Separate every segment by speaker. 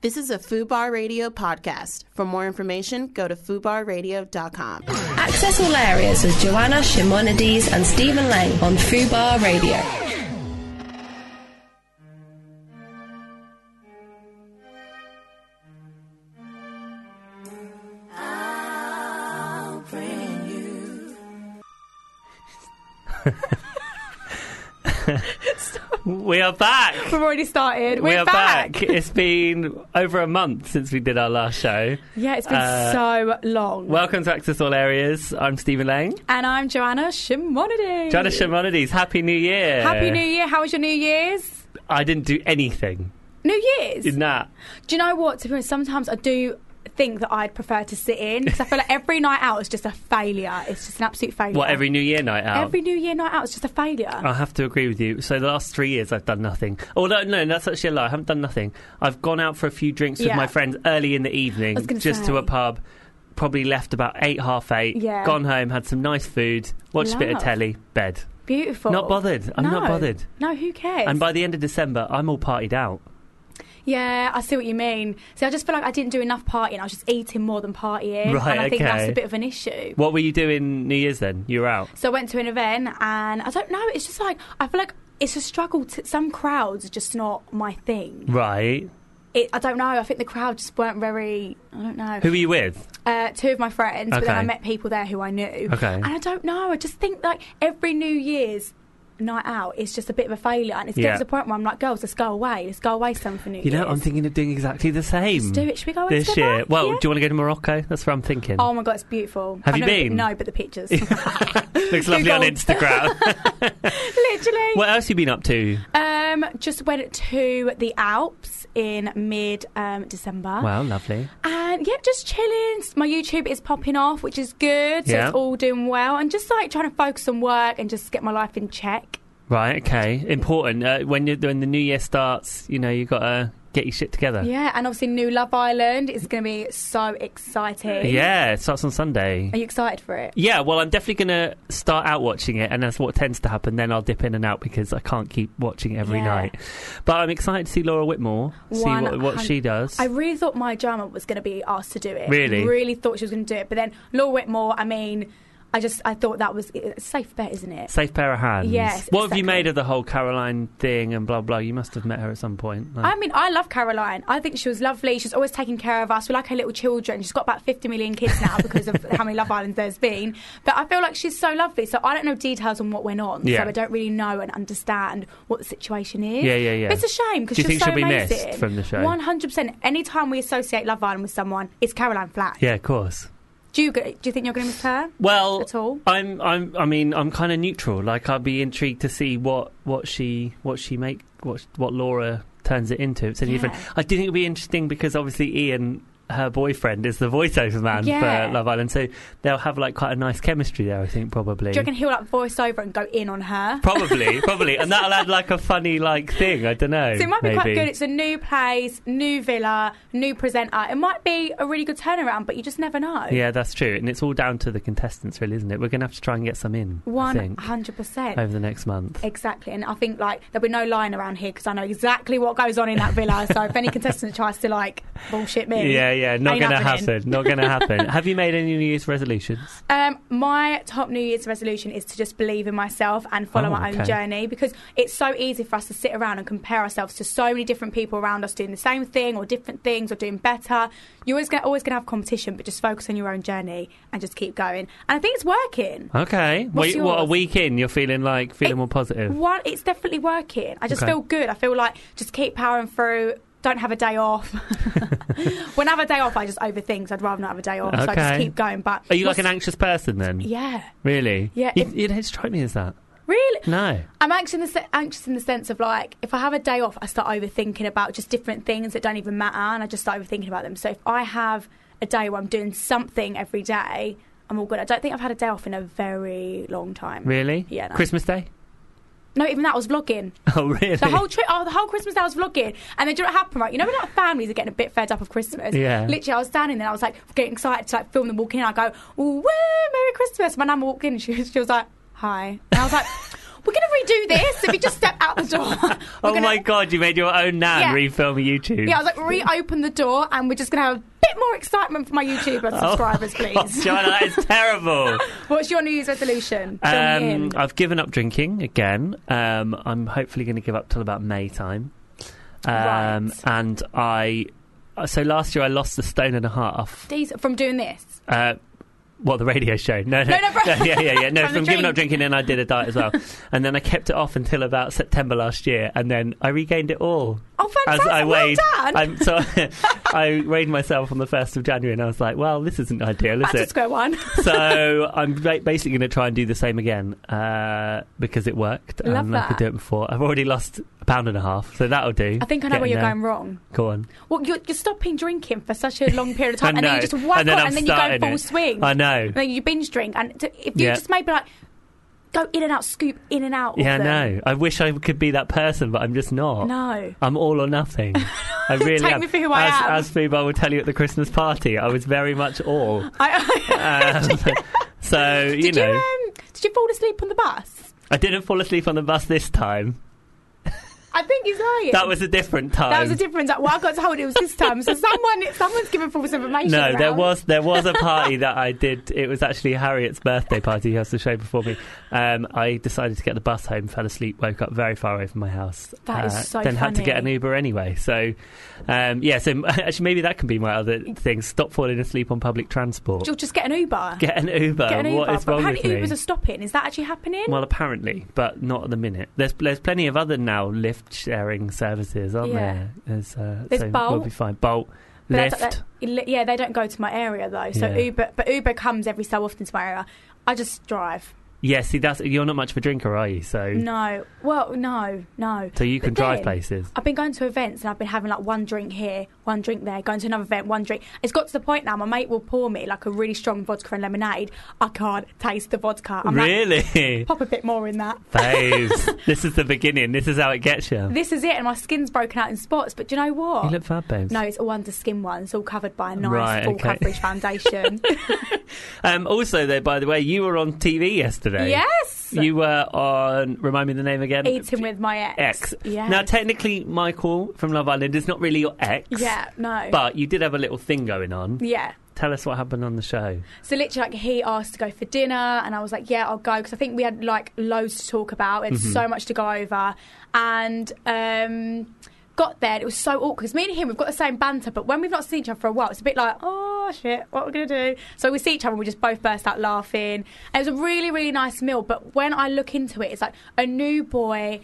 Speaker 1: This is a FUBAR Radio podcast. For more information, go to FUBARradio.com.
Speaker 2: Access all areas with Joanna Shimonides and Stephen Lang on Fubar Radio.
Speaker 3: We are back.
Speaker 4: We've already started. We're
Speaker 3: we are
Speaker 4: back.
Speaker 3: it's been over a month since we did our last show.
Speaker 4: Yeah, it's been
Speaker 3: Uh,
Speaker 4: so long.
Speaker 3: Welcome to Access All Areas. I'm Stephen Lane.
Speaker 4: and I'm Joanna Shimonides.
Speaker 3: Joanna Shimonides, Happy New Year.
Speaker 4: Happy New Year. How was your New Year's?
Speaker 3: I didn't do anything
Speaker 4: New Year's.
Speaker 3: in that.
Speaker 4: do you know what? To be honest, sometimes I do think that I'd prefer to sit in because I feel like every night out is just a failure. It's just an absolute failure.
Speaker 3: What, every New Year night out? Uh,
Speaker 4: Every New Year night out is just a failure.
Speaker 3: I have to agree with you. So the last three years, I've done nothing. Although no, that's actually a lie. I haven't done nothing. I've gone out for a few drinks with
Speaker 4: Yeah.
Speaker 3: my friends early in the evening,
Speaker 4: was gonna
Speaker 3: just to
Speaker 4: say.
Speaker 3: a pub. Probably left about eight, half eight.
Speaker 4: Yeah.
Speaker 3: Gone home, had some nice food, watched a bit of
Speaker 4: Love.
Speaker 3: telly, bed.
Speaker 4: Beautiful.
Speaker 3: Not bothered. I'm not
Speaker 4: No.
Speaker 3: bothered.
Speaker 4: No, who cares?
Speaker 3: And by the end of December, I'm all partied out.
Speaker 4: Yeah, I see what you mean. See, I just feel like I didn't do enough partying. I was just eating more than partying.
Speaker 3: Right,
Speaker 4: and I think that's
Speaker 3: okay.
Speaker 4: a bit of an issue.
Speaker 3: What were you doing New Year's then? You were out.
Speaker 4: So I went to an event, and I don't know. It's just like I feel like it's a struggle. To, some crowds are just not my thing.
Speaker 3: Right.
Speaker 4: It, I don't know. I think the crowd just weren't very. I don't know.
Speaker 3: Who were you with?
Speaker 4: Uh, two of my friends, but then I
Speaker 3: Okay.
Speaker 4: met people there who I knew.
Speaker 3: Okay.
Speaker 4: And I don't know. I just think like every New Year's night out is just a bit of a failure, and it's
Speaker 3: Yeah.
Speaker 4: getting to the point where I'm like, girls, let's go away. Let's go away some for New
Speaker 3: You know,
Speaker 4: Year's.
Speaker 3: I'm thinking of doing exactly the same.
Speaker 4: Let's do it. Should we go away
Speaker 3: This
Speaker 4: together?
Speaker 3: year. Well,
Speaker 4: Yeah.
Speaker 3: do you want to go to Morocco? That's what I'm thinking.
Speaker 4: Oh my god, it's beautiful.
Speaker 3: Have
Speaker 4: I've
Speaker 3: you
Speaker 4: never
Speaker 3: been?
Speaker 4: No, but the pictures.
Speaker 3: Looks lovely on
Speaker 4: Google.
Speaker 3: Instagram.
Speaker 4: Literally.
Speaker 3: what else have you been up to?
Speaker 4: Um, just went to the Alps in mid um, December.
Speaker 3: Wow, lovely.
Speaker 4: And yeah, just chilling. My YouTube is popping off, which is good. So
Speaker 3: Yeah.
Speaker 4: it's all doing well. And just like trying to focus on work and just get my life in check.
Speaker 3: Right, okay. Important. Uh, when you when the new year starts, you know, you got to get your shit together.
Speaker 4: Yeah, and obviously New Love Island is going to be so exciting.
Speaker 3: Yeah, it starts on Sunday.
Speaker 4: Are you excited for it?
Speaker 3: Yeah, well, I'm definitely going to start out watching it, and that's what tends to happen. Then I'll dip in and out because I can't keep watching it every
Speaker 4: Yeah.
Speaker 3: night. But I'm excited to see Laura Whitmore, see what, what
Speaker 4: 100
Speaker 3: she does.
Speaker 4: I really thought my drama was going to be asked to do it.
Speaker 3: Really?
Speaker 4: Really thought she was going to do it. But then Laura Whitmore, I mean, I just I thought that was a safe bet, isn't it?
Speaker 3: Safe pair of hands.
Speaker 4: Yes,
Speaker 3: What have
Speaker 4: exactly.
Speaker 3: you made of the whole Caroline thing and blah blah? You must have met her at some point. Like,
Speaker 4: I mean, I love Caroline. I think she was lovely. She's always taking care of us. We like her little children. She's got about 50 million kids now because of how many Love Islands there's been. But I feel like she's so lovely. So I don't know details on what went on.
Speaker 3: Yeah.
Speaker 4: So I don't really know and understand what the situation is.
Speaker 3: Yeah, yeah, yeah.
Speaker 4: But it's a shame because
Speaker 3: Do
Speaker 4: she's
Speaker 3: you think
Speaker 4: so
Speaker 3: she'll be missed
Speaker 4: amazing.
Speaker 3: from the show?
Speaker 4: 100%. Anytime we associate Love Island with someone, it's Caroline Flack.
Speaker 3: yeah, of course.
Speaker 4: Do, you, do you think you're going to miss her?
Speaker 3: Well,
Speaker 4: At all?
Speaker 3: I'm, I'm, I mean, I'm kind of neutral. Like, I'd be intrigued to see what, what she, what she make, what, what Laura turns it into. It's anything
Speaker 4: Yeah.
Speaker 3: different. I do think it'd be interesting because obviously Ian, her boyfriend, is the voiceover man
Speaker 4: Yeah.
Speaker 3: for Love Island, so they'll have like quite a nice chemistry there. I think probably.
Speaker 4: Do you reckon he'll like voice over and go in on her?
Speaker 3: Probably, probably, and that'll add like a funny like thing. I don't know.
Speaker 4: So it might be quite
Speaker 3: maybe.
Speaker 4: good. It's a new place, new villa, new presenter. It might be a really good turnaround, but you just never know.
Speaker 3: Yeah, that's true, and it's all down to the contestants, really, isn't it? We're going to have to try and get some in. I
Speaker 4: One
Speaker 3: think, Oh.
Speaker 4: hundred percent.
Speaker 3: over the next month.
Speaker 4: Exactly, and I think like there'll be no lying around here because I know exactly what goes on in that villa. So if any contestant tries to like bullshit me,
Speaker 3: Yeah, yeah, not
Speaker 4: Ain't
Speaker 3: going to
Speaker 4: happening.
Speaker 3: happen. Not going to happen. Have you made any New Year's resolutions?
Speaker 4: Um, my top New Year's resolution is to just believe in myself and follow
Speaker 3: Oh,
Speaker 4: my own
Speaker 3: okay.
Speaker 4: journey because it's so easy for us to sit around and compare ourselves to so many different people around us doing the same thing or different things or doing better. You're always gonna, always going to have competition, but just focus on your own journey and just keep going. And I think it's working.
Speaker 3: Okay.
Speaker 4: What's
Speaker 3: Wait, what a
Speaker 4: yours?
Speaker 3: week in, you're feeling like feeling
Speaker 4: It-
Speaker 3: more positive.
Speaker 4: One, it's definitely working. I just
Speaker 3: Okay.
Speaker 4: feel good. I feel like just keep powering through. Don't have a day off. when I have a day off, I just overthink. So I'd rather not have a day off. So I just
Speaker 3: Okay.
Speaker 4: keep going. But
Speaker 3: Are you like
Speaker 4: what's-
Speaker 3: an anxious person then?
Speaker 4: Yeah,
Speaker 3: Really?
Speaker 4: Yeah,
Speaker 3: You,
Speaker 4: if-
Speaker 3: you don't strike me as that.
Speaker 4: really.
Speaker 3: No.
Speaker 4: I'm anxious in, the, se- anxious in the sense of like, if I have a day off, I start overthinking about just different things that don't even matter, and I just start overthinking about them. So if I have a day where I'm doing something every day, I'm all good. I don't think I've had a day off in a very long time.
Speaker 3: Really?
Speaker 4: Yeah, no.
Speaker 3: Christmas Day?
Speaker 4: No, even that I was vlogging.
Speaker 3: Oh, really?
Speaker 4: The whole trip, oh, the whole Christmas day I was vlogging, and then do you know what happened? Right, you know when like families are getting a bit fed up of Christmas.
Speaker 3: Yeah.
Speaker 4: Literally, I was standing there, I was like getting excited to like film them walking in. I go, "Ooh, woo, Merry Christmas!" My nan walked in, and she was, she was like, "Hi," and I was like, "We're gonna we do this? If we just step out the door. we're
Speaker 3: Oh
Speaker 4: gonna-
Speaker 3: my god, you made your own nan
Speaker 4: Yeah.
Speaker 3: refilm a YouTube.
Speaker 4: Yeah, I was like, reopen the door, and we're just gonna have a bit more excitement for my YouTuber
Speaker 3: Oh,
Speaker 4: subscribers, please.
Speaker 3: Joanna, that is terrible.
Speaker 4: What's your New Year's resolution? Fill me
Speaker 3: um,
Speaker 4: in.
Speaker 3: I've given up drinking again. Um, I'm hopefully going to give up till about May time. Um,
Speaker 4: Right.
Speaker 3: And I, uh, so last year I lost a stone and a half.
Speaker 4: These from doing this.
Speaker 3: Uh, what the radio show? No, no,
Speaker 4: No, no, bro.
Speaker 3: yeah, yeah, yeah. No,
Speaker 4: From the
Speaker 3: from giving up
Speaker 4: drink.
Speaker 3: drinking, and I did a diet as well, and then I kept it off until about September last year, and then I regained it all.
Speaker 4: Oh, fantastic!
Speaker 3: I weighed,
Speaker 4: well done.
Speaker 3: I'm, so I weighed myself on the first of January, and I was like, "Well, this isn't ideal, is
Speaker 4: Back to
Speaker 3: it?"
Speaker 4: square one.
Speaker 3: so I'm ba- basically going to try and do the same again uh, because it worked,
Speaker 4: Love
Speaker 3: and I could
Speaker 4: that.
Speaker 3: do it before. I've already lost a pound and a half, so that'll do.
Speaker 4: I think I know
Speaker 3: Getting
Speaker 4: where you're
Speaker 3: there.
Speaker 4: going wrong.
Speaker 3: Go on.
Speaker 4: Well, you're, you're stopping drinking for such a long period of
Speaker 3: I
Speaker 4: time, and then
Speaker 3: know.
Speaker 4: you just whack
Speaker 3: And then
Speaker 4: on,
Speaker 3: I'm
Speaker 4: and then you go
Speaker 3: starting
Speaker 4: full
Speaker 3: it.
Speaker 4: swing.
Speaker 3: I know.
Speaker 4: And then you binge drink, and to, if you
Speaker 3: Yeah.
Speaker 4: just maybe like go in and out, scoop in and out.
Speaker 3: Yeah, I
Speaker 4: of them.
Speaker 3: know. I wish I could be that person, but I'm just not.
Speaker 4: No.
Speaker 3: I'm all or nothing. I really
Speaker 4: Take
Speaker 3: am.
Speaker 4: me for who I
Speaker 3: as,
Speaker 4: am.
Speaker 3: As Fubar will tell you at the Christmas party, I was very much all.
Speaker 4: I,
Speaker 3: Um, so you
Speaker 4: did you,
Speaker 3: know,
Speaker 4: um, did you fall asleep on the bus?
Speaker 3: I didn't fall asleep on the bus this time.
Speaker 4: I think he's lying.
Speaker 3: That was a different time.
Speaker 4: That was a difference. Like, well, I got told it was this time, so someone someone's given false information.
Speaker 3: no, there
Speaker 4: around.
Speaker 3: was there was a party that I did. It was actually Harriet's birthday party. Who has the show before me? Um, I decided to get the bus home, fell asleep, woke up very far away from my house. Uh,
Speaker 4: That is so
Speaker 3: Then had to get an
Speaker 4: funny.
Speaker 3: Uber anyway. So, um, yeah. So actually, maybe that can be my other thing. Stop falling asleep on public transport.
Speaker 4: You'll just get an Uber.
Speaker 3: Get an Uber.
Speaker 4: Get an Uber.
Speaker 3: What is
Speaker 4: but
Speaker 3: wrong with
Speaker 4: apparently
Speaker 3: me?
Speaker 4: Ubers are stopping. Is that actually happening?
Speaker 3: Well, apparently, but not at the minute. There's there's plenty of other now Lyft sharing services, aren't
Speaker 4: Yeah.
Speaker 3: there? There's, uh,
Speaker 4: There's
Speaker 3: so We'll
Speaker 4: Bolt.
Speaker 3: be fine. Bolt,
Speaker 4: But
Speaker 3: Lyft.
Speaker 4: that's- that- yeah, they don't go to my area though. So
Speaker 3: Yeah.
Speaker 4: Uber, but Uber comes every so often to my area. I just drive.
Speaker 3: yeah, see, that's you're not much of a drinker, are you? So
Speaker 4: No, well, no, no.
Speaker 3: so you
Speaker 4: But
Speaker 3: can drive
Speaker 4: then-
Speaker 3: places.
Speaker 4: I've been going to events and I've been having like one drink here, one drink there, going to another event, one drink. It's got to the point now. My mate will pour me like a really strong vodka and lemonade. I can't taste the vodka. I'm like,
Speaker 3: really,
Speaker 4: pop a bit more in that.
Speaker 3: babes. this is the beginning. This is how it gets you.
Speaker 4: This is it, and my skin's broken out in spots. But do you know what?
Speaker 3: You look fab, babes.
Speaker 4: no, it's all under skin one. It's all covered by a nice
Speaker 3: Right,
Speaker 4: full
Speaker 3: okay.
Speaker 4: coverage foundation.
Speaker 3: Um, also, though, by the way, you were on TV yesterday.
Speaker 4: yes,
Speaker 3: You were on. Remind me the name again.
Speaker 4: eating with my ex.
Speaker 3: X.
Speaker 4: Yeah.
Speaker 3: Now, technically, Michael from Love Island is not really your ex.
Speaker 4: yeah. No.
Speaker 3: But you did have a little thing going on.
Speaker 4: yeah.
Speaker 3: Tell us what happened on the show.
Speaker 4: So literally, like he asked to go for dinner, and I was like, "Yeah, I'll go," because I think we had like loads to talk about. It's
Speaker 3: Mm-hmm.
Speaker 4: so much to go over, and um, got there. And it was so awkward because me and him we've got the same banter, but when we've not seen each other for a while, it's a bit like, "Oh shit, what are we gonna do?" So we see each other, and we just both burst out laughing. And it was a really, really nice meal. But when I look into it, it's like a new boy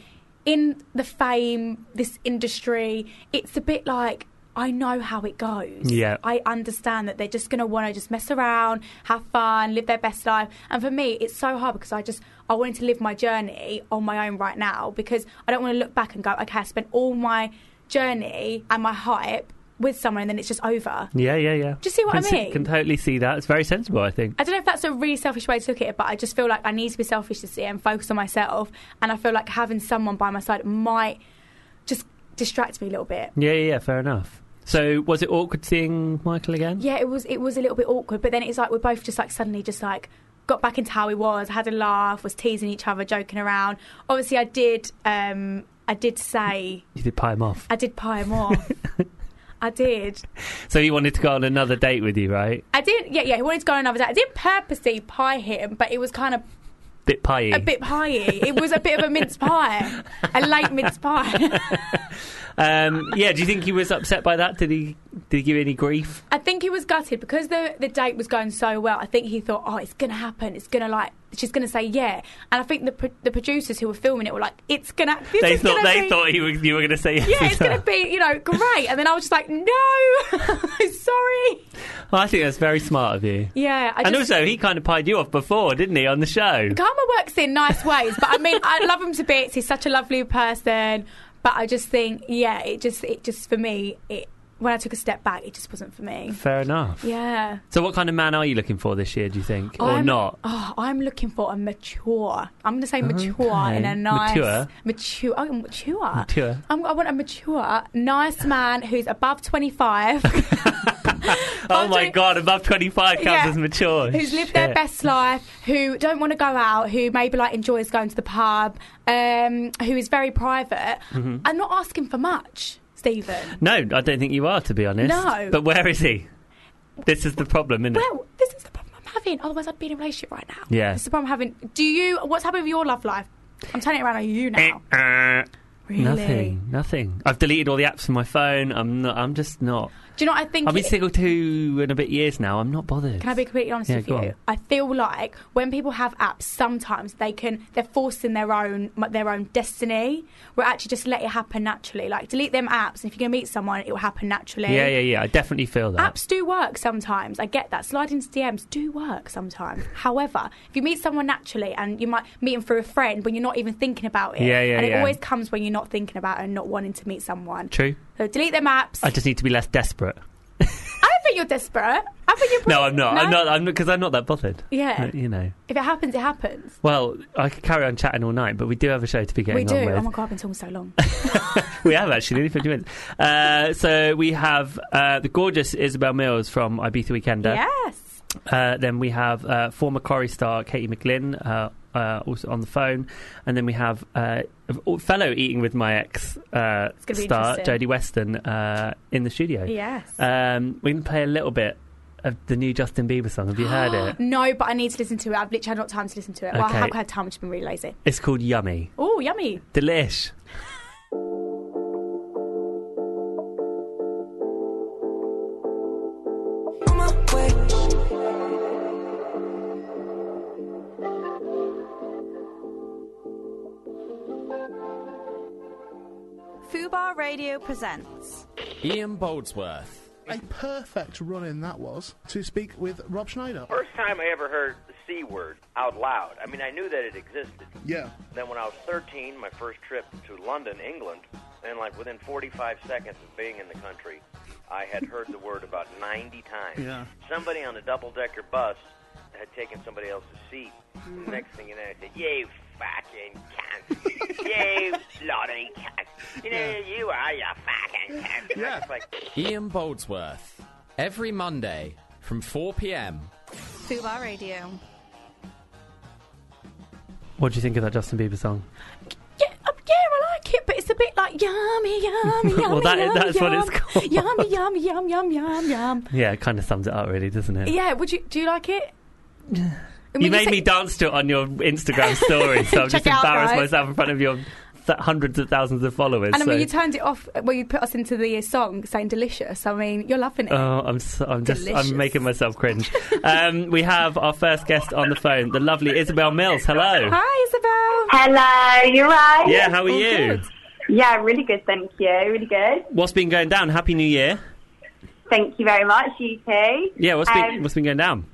Speaker 4: in the fame, this industry. It's a bit like. I know how it goes.
Speaker 3: Yeah.
Speaker 4: I understand that they're just going to want to just mess around, have fun, live their best life. And for me, it's so hard because I just I wanted to live my journey on my own right now because I don't want to look back and go, okay, I spent all my journey and my hype with someone, and then it's just over.
Speaker 3: Yeah, yeah, yeah.
Speaker 4: Do you see what
Speaker 3: can
Speaker 4: I
Speaker 3: see-
Speaker 4: mean?
Speaker 3: can totally see that. It's very sensible, I think.
Speaker 4: I don't know if that's a really selfish way to look at it, but I just feel like I need to be selfish this year and focus on myself. And I feel like having someone by my side might just distract me a little bit.
Speaker 3: Yeah, yeah, yeah. Fair enough. So, was it awkward seeing Michael again?
Speaker 4: Yeah, it was it was a little bit awkward, but then it's like we're both just like suddenly just like got back into how we was, had a laugh, was teasing each other, joking around. Obviously, I did um I did say
Speaker 3: You did pie him off.
Speaker 4: I did pie him off. I did.
Speaker 3: So he wanted to go on another date with you, right?
Speaker 4: I did. Yeah, yeah. He wanted to go on another date. I didn't purposely pie him, but it was kind of
Speaker 3: Bit pie.
Speaker 4: a bit piey. It was a bit of a mince pie, a late mince pie.
Speaker 3: Um, yeah. Do you think he was upset by that? Did he? Did he give you any grief?
Speaker 4: I think he was gutted because the the date was going so well. I think he thought, oh, it's gonna happen. It's gonna like she's gonna say yeah. And I think the pro- the producers who were filming it were like, it's gonna. This
Speaker 3: they
Speaker 4: is
Speaker 3: thought
Speaker 4: gonna
Speaker 3: they
Speaker 4: be-
Speaker 3: thought he was, you were going to say yes.
Speaker 4: Yeah,
Speaker 3: as
Speaker 4: it's gonna
Speaker 3: well.
Speaker 4: be you know great. And then I was just like, no, sorry.
Speaker 3: Well, I think that's very smart of you.
Speaker 4: Yeah, I
Speaker 3: and
Speaker 4: just.
Speaker 3: also, he kind of pied you off before, didn't he, on the show?
Speaker 4: Karma works in nice ways, but I mean, I love him to bits. He's such a lovely person, but I just think, yeah, it just, it just for me, it when I took a step back, it just wasn't for me.
Speaker 3: Fair enough.
Speaker 4: Yeah.
Speaker 3: So, what kind of man are you looking for this year? Do you think, or
Speaker 4: I'm-
Speaker 3: not?
Speaker 4: Oh, I'm looking for a mature. I'm going to say mature in
Speaker 3: Okay.
Speaker 4: a nice
Speaker 3: Mature.
Speaker 4: mature. Oh, mature.
Speaker 3: Mature.
Speaker 4: I'm, I want a mature, nice man who's above 25.
Speaker 3: oh my
Speaker 4: doing-
Speaker 3: god, above 25 counts
Speaker 4: Yeah.
Speaker 3: as mature.
Speaker 4: who's lived their
Speaker 3: Shit.
Speaker 4: best life, who don't want to go out, who maybe like enjoys going to the pub, um, who is very private.
Speaker 3: Mm-hmm.
Speaker 4: I'm not asking for much, Stephen.
Speaker 3: No, I don't think you are, to be honest.
Speaker 4: No.
Speaker 3: But where is he? This is the problem, isn't it?
Speaker 4: Well, this is the problem I'm having. Otherwise, I'd be in a relationship right now.
Speaker 3: Yeah.
Speaker 4: This is the problem I'm having. Do you? What's happened with your love life? I'm turning it around on you
Speaker 3: Eh,
Speaker 4: now.
Speaker 3: uh,
Speaker 4: Really?
Speaker 3: Nothing, nothing. I've deleted all the apps from my phone. I'm not. I'm just not.
Speaker 4: Do you know what I think?
Speaker 3: I've been
Speaker 4: it-
Speaker 3: single two and a bit years now. I'm not bothered.
Speaker 4: Can I be completely honest
Speaker 3: Yeah,
Speaker 4: with
Speaker 3: go
Speaker 4: you?
Speaker 3: on.
Speaker 4: I feel like when people have apps, sometimes they can they're forcing their own their own destiny. We're actually just let it happen naturally. Like delete them apps, and if you're gonna meet someone, it will happen naturally.
Speaker 3: Yeah, yeah, yeah. I definitely feel that.
Speaker 4: Apps do work sometimes. I get that. Sliding into DMs do work sometimes. However, if you meet someone naturally and you might meet them through a friend when you're not even thinking about it,
Speaker 3: Yeah, yeah,
Speaker 4: and it
Speaker 3: yeah.
Speaker 4: always comes when you're not thinking about it and not wanting to meet someone.
Speaker 3: True.
Speaker 4: So delete them apps.
Speaker 3: I
Speaker 4: I,
Speaker 3: just need to be less desperate.
Speaker 4: don't think you're desperate. I think you're.
Speaker 3: No, I'm not. I'm
Speaker 4: No?
Speaker 3: not. I'm because I'm not that bothered.
Speaker 4: Yeah.
Speaker 3: You know.
Speaker 4: If it happens, it happens.
Speaker 3: Well, I could carry on chatting all night, but we do have a show to be getting
Speaker 4: we do.
Speaker 3: on with.
Speaker 4: Oh my god, I've been talking so long.
Speaker 3: we have actually nearly 50 minutes. Uh, so we have uh, the gorgeous Isabel Mills from Ibiza Weekender.
Speaker 4: yes.
Speaker 3: Uh, then we have uh, former Corrie star Katie McGlynn uh, uh, also on the phone, and then we have uh, a fellow eating with my ex uh,
Speaker 4: gonna be
Speaker 3: star
Speaker 4: interesting.
Speaker 3: Jodie Weston uh, in the studio.
Speaker 4: Yes.
Speaker 3: Um, we can play a little bit of the new Justin Bieber song. Have you heard it?
Speaker 4: no, but I need to listen to it. I've literally had not time to listen to it. Well, I
Speaker 3: Okay.
Speaker 4: have had time, I've just been really lazy.
Speaker 3: It's called Yummy,
Speaker 4: Oh, yummy.
Speaker 3: delish.
Speaker 5: on my way.
Speaker 6: Fubar Radio presents.
Speaker 7: Ian Boldsworth.
Speaker 8: A perfect run in that was to speak with Rob Schneider.
Speaker 9: First time I ever heard the C word out loud. I mean, I knew that it existed.
Speaker 8: Yeah.
Speaker 9: Then when I was 13, my first trip to London, England, and like within 45 seconds of being in the country, I had heard the word about 90 times.
Speaker 8: Yeah.
Speaker 9: Somebody on a double decker bus had taken somebody else's seat.
Speaker 8: Mm-hmm.
Speaker 9: The next thing you know, I said, You fucking cunt. you bloody cunt. You know, you are, you fucking cunt. And I
Speaker 8: Yeah.
Speaker 9: was like,
Speaker 7: Ian Boldsworth. Every Monday from 4 pm.
Speaker 6: Fubar Radio.
Speaker 3: What do you think of that Justin Bieber song?
Speaker 4: Yeah, uh, yeah, I like it, but it's a bit like yummy, yummy, yummy.
Speaker 3: Well, that-
Speaker 4: yummy,
Speaker 3: that's what
Speaker 4: yum.
Speaker 3: it's called.
Speaker 4: Yummy, yum, yum, yum, yum, yum.
Speaker 3: Yeah, it kind of sums it up, really, doesn't it?
Speaker 4: Yeah, would you? Do you like it? When
Speaker 3: You made
Speaker 4: say-
Speaker 3: me dance to it on your Instagram story, so I've
Speaker 4: Check
Speaker 3: just
Speaker 4: it out,
Speaker 3: embarrassed
Speaker 4: guys.
Speaker 3: myself in front of your th- hundreds of thousands of followers.
Speaker 4: And I mean,
Speaker 3: so-
Speaker 4: you turned it off. Well, you put us into the song saying delicious. I mean, you're loving it.
Speaker 3: Oh, I'm so, I'm just
Speaker 4: Delicious.
Speaker 3: I'm making myself cringe. um, we have our first guest on the phone, the lovely Isabel Mills. Hello.
Speaker 4: Hi, Isabel.
Speaker 10: Hello, you're right.
Speaker 3: Yeah, how are
Speaker 4: All
Speaker 3: you?
Speaker 4: good.
Speaker 10: Yeah, really good, thank you. Really good.
Speaker 3: What's been going down? Happy New Year.
Speaker 10: Thank you very much, you two.
Speaker 3: Yeah, what's been
Speaker 10: Um,
Speaker 3: what's been going down?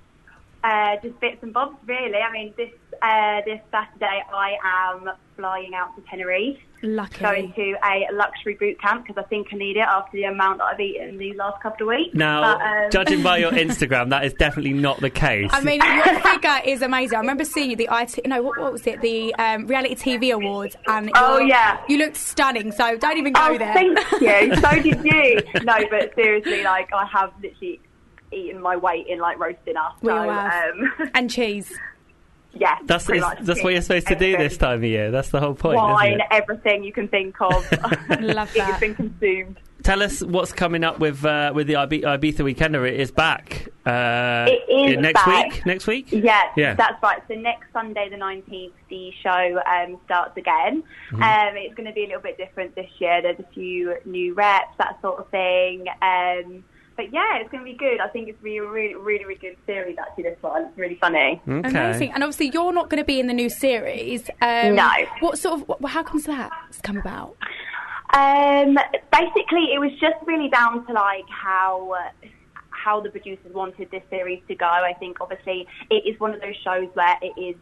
Speaker 10: uh, just bits and bobs, really. I mean, this uh, this Saturday I am flying out to Tenerife, going
Speaker 4: Lucky.
Speaker 10: to a luxury boot camp because I think I need it after the amount that I've eaten these last couple of weeks.
Speaker 3: Now,
Speaker 10: But, um,
Speaker 3: judging by your Instagram, that is definitely not the case.
Speaker 4: I mean, your figure is amazing. I remember seeing you the IT. No, what, what was it? The um, reality TV awards, and
Speaker 10: Oh,
Speaker 4: your-
Speaker 10: yeah.
Speaker 4: you looked stunning. So don't even go
Speaker 10: Oh,
Speaker 4: there.
Speaker 10: thank you. So did you. no, but seriously, like I have literally eaten my weight in like roast dinner. So,
Speaker 4: We all have.
Speaker 10: um,
Speaker 4: uh, and cheese.
Speaker 10: yeah,
Speaker 3: that's
Speaker 10: pretty
Speaker 3: it's,
Speaker 10: much
Speaker 3: that's what you're supposed to do
Speaker 10: everything.
Speaker 3: this time of year. That's the whole point.
Speaker 10: wine,
Speaker 3: Isn't it?
Speaker 10: everything you can think of.
Speaker 4: Love that.
Speaker 10: It's been consumed.
Speaker 3: Tell us what's coming up with uh, with the Ibi- Ibiza Weekender. It is back. Uh,
Speaker 10: It is
Speaker 3: yeah, next
Speaker 10: back.
Speaker 3: week. Next week.
Speaker 10: Yeah,
Speaker 3: Yeah.
Speaker 10: that's right. So next Sunday, the 19th, the show um, starts again.
Speaker 3: Mm-hmm.
Speaker 10: Um, it's going to be a little bit different this year. There's a few new reps, that sort of thing. Um, but yeah, it's going to be good. I think it's going to be a really, really, really good series, actually, this one. It's really funny.
Speaker 3: Okay.
Speaker 4: Amazing. And obviously, you're not going to be in the new series. Um,
Speaker 10: No.
Speaker 4: What sort of? wh- how comes that's come about?
Speaker 10: Um, basically, it was just really down to like how how the producers wanted this series to go. I think obviously it is one of those shows where it is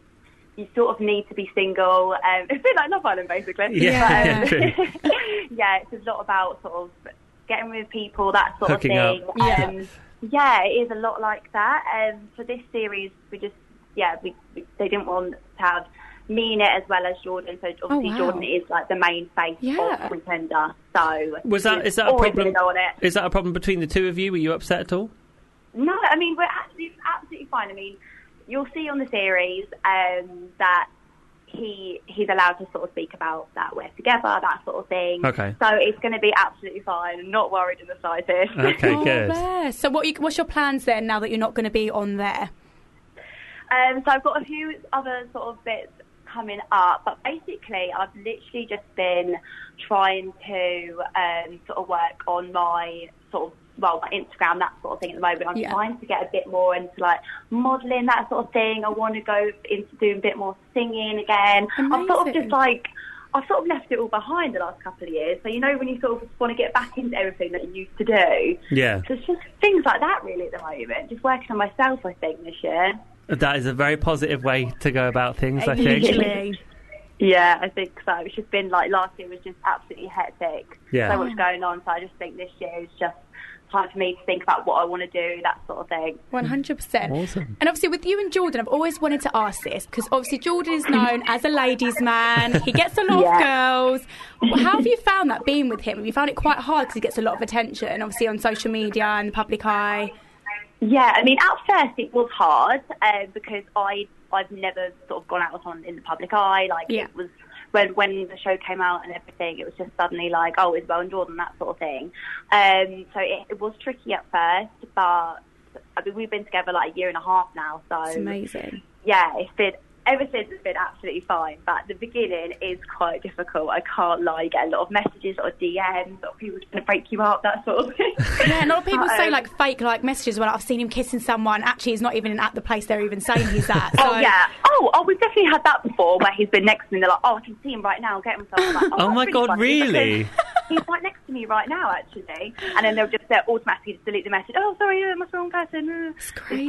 Speaker 10: you sort of need to be single. Um, it's a bit like Love Island, basically.
Speaker 3: Yeah, yeah, true.
Speaker 10: But, um, yeah, it's a lot about sort of getting with people, that sort
Speaker 3: Hooking
Speaker 10: of thing.
Speaker 3: up.
Speaker 4: Yeah.
Speaker 10: Um, yeah, it is a lot like that. Um, for this series, we just yeah, we, we, they didn't want to have me in it as well as Jordan. So obviously
Speaker 4: Oh, wow.
Speaker 10: Jordan is like the main face
Speaker 4: Yeah.
Speaker 10: of Pretender. So
Speaker 3: Was that
Speaker 10: he's
Speaker 3: is that a
Speaker 10: always
Speaker 3: problem?
Speaker 10: gonna go on it.
Speaker 3: Is that a problem between the two of you? Were you upset at all?
Speaker 10: No, I mean we're actually it's absolutely fine. I mean, you'll see on the series um, that he he's allowed to sort of speak about that we're together, that sort of thing.
Speaker 3: Okay.
Speaker 10: So it's going to be absolutely fine. I'm not worried in the slightest.
Speaker 3: Okay,
Speaker 4: Oh,
Speaker 3: good.
Speaker 4: bless. So what? You, what's your plans then? Now that you're not going to be on there,
Speaker 10: Um, so I've got a few other sort of bits coming up, but basically I've literally just been trying to um, sort of work on my sort of well, my Instagram, that sort of thing at the moment. I'm
Speaker 4: Yeah.
Speaker 10: trying to get a bit more into like modelling, that sort of thing. I want to go into doing a bit more singing again. I've sort of
Speaker 4: Amazing.
Speaker 10: just like, I've sort of left it all behind the last couple of years. So, you know, when you sort of want to get back into everything that you used to do.
Speaker 3: Yeah.
Speaker 10: So it's just things like that really at the moment. Just working on myself, I think, this year.
Speaker 3: That is a very positive way to go about things. I think.
Speaker 4: usually.
Speaker 10: Yeah, I think so. It's just been like last year was just absolutely hectic.
Speaker 3: Yeah.
Speaker 10: So much going on. So I just think this year is just time for me to think about what I want to do, that sort of thing.
Speaker 4: One hundred percent.
Speaker 3: Awesome.
Speaker 4: And obviously, with you and Jordan, I've always wanted to ask this because obviously Jordan is known as a ladies' man. He gets a lot
Speaker 10: Yeah.
Speaker 4: of girls. How have you found that being with him? Have you found it quite hard because he gets a lot of attention, obviously on social media and the public eye?
Speaker 10: Yeah, I mean, at first it was hard uh, because I I've never sort of gone out on in the public eye. Like
Speaker 4: Yeah.
Speaker 10: it was when when the show came out and everything, it was just suddenly like oh Isabel and Jordan that sort of thing. Um, so it, it was tricky at first, but I mean we've been together like a year and a half now. So
Speaker 4: It's amazing.
Speaker 10: yeah, it's been ever since it's been absolutely fine. But the beginning is quite difficult. I can't lie, you get a lot of messages or DMs or people trying to break you up, that sort of thing.
Speaker 4: Yeah, and a lot of people
Speaker 10: But,
Speaker 4: say
Speaker 10: um,
Speaker 4: like fake like messages. Well, I've seen him kissing someone. Actually, he's not even at the place they're even saying he's at. So.
Speaker 10: Oh yeah. Oh, oh, we've definitely had that before, where he's been next to me. and They're like, oh, I can see him right now. Get him. So I'm Like, oh,
Speaker 3: Oh
Speaker 10: that's
Speaker 3: my
Speaker 10: really
Speaker 3: God,
Speaker 10: funny
Speaker 3: really?
Speaker 10: because He's right next to me right now, actually. And then they'll just they'll automatically just delete the message. Oh, sorry, I must be wrong person. It's
Speaker 4: crazy.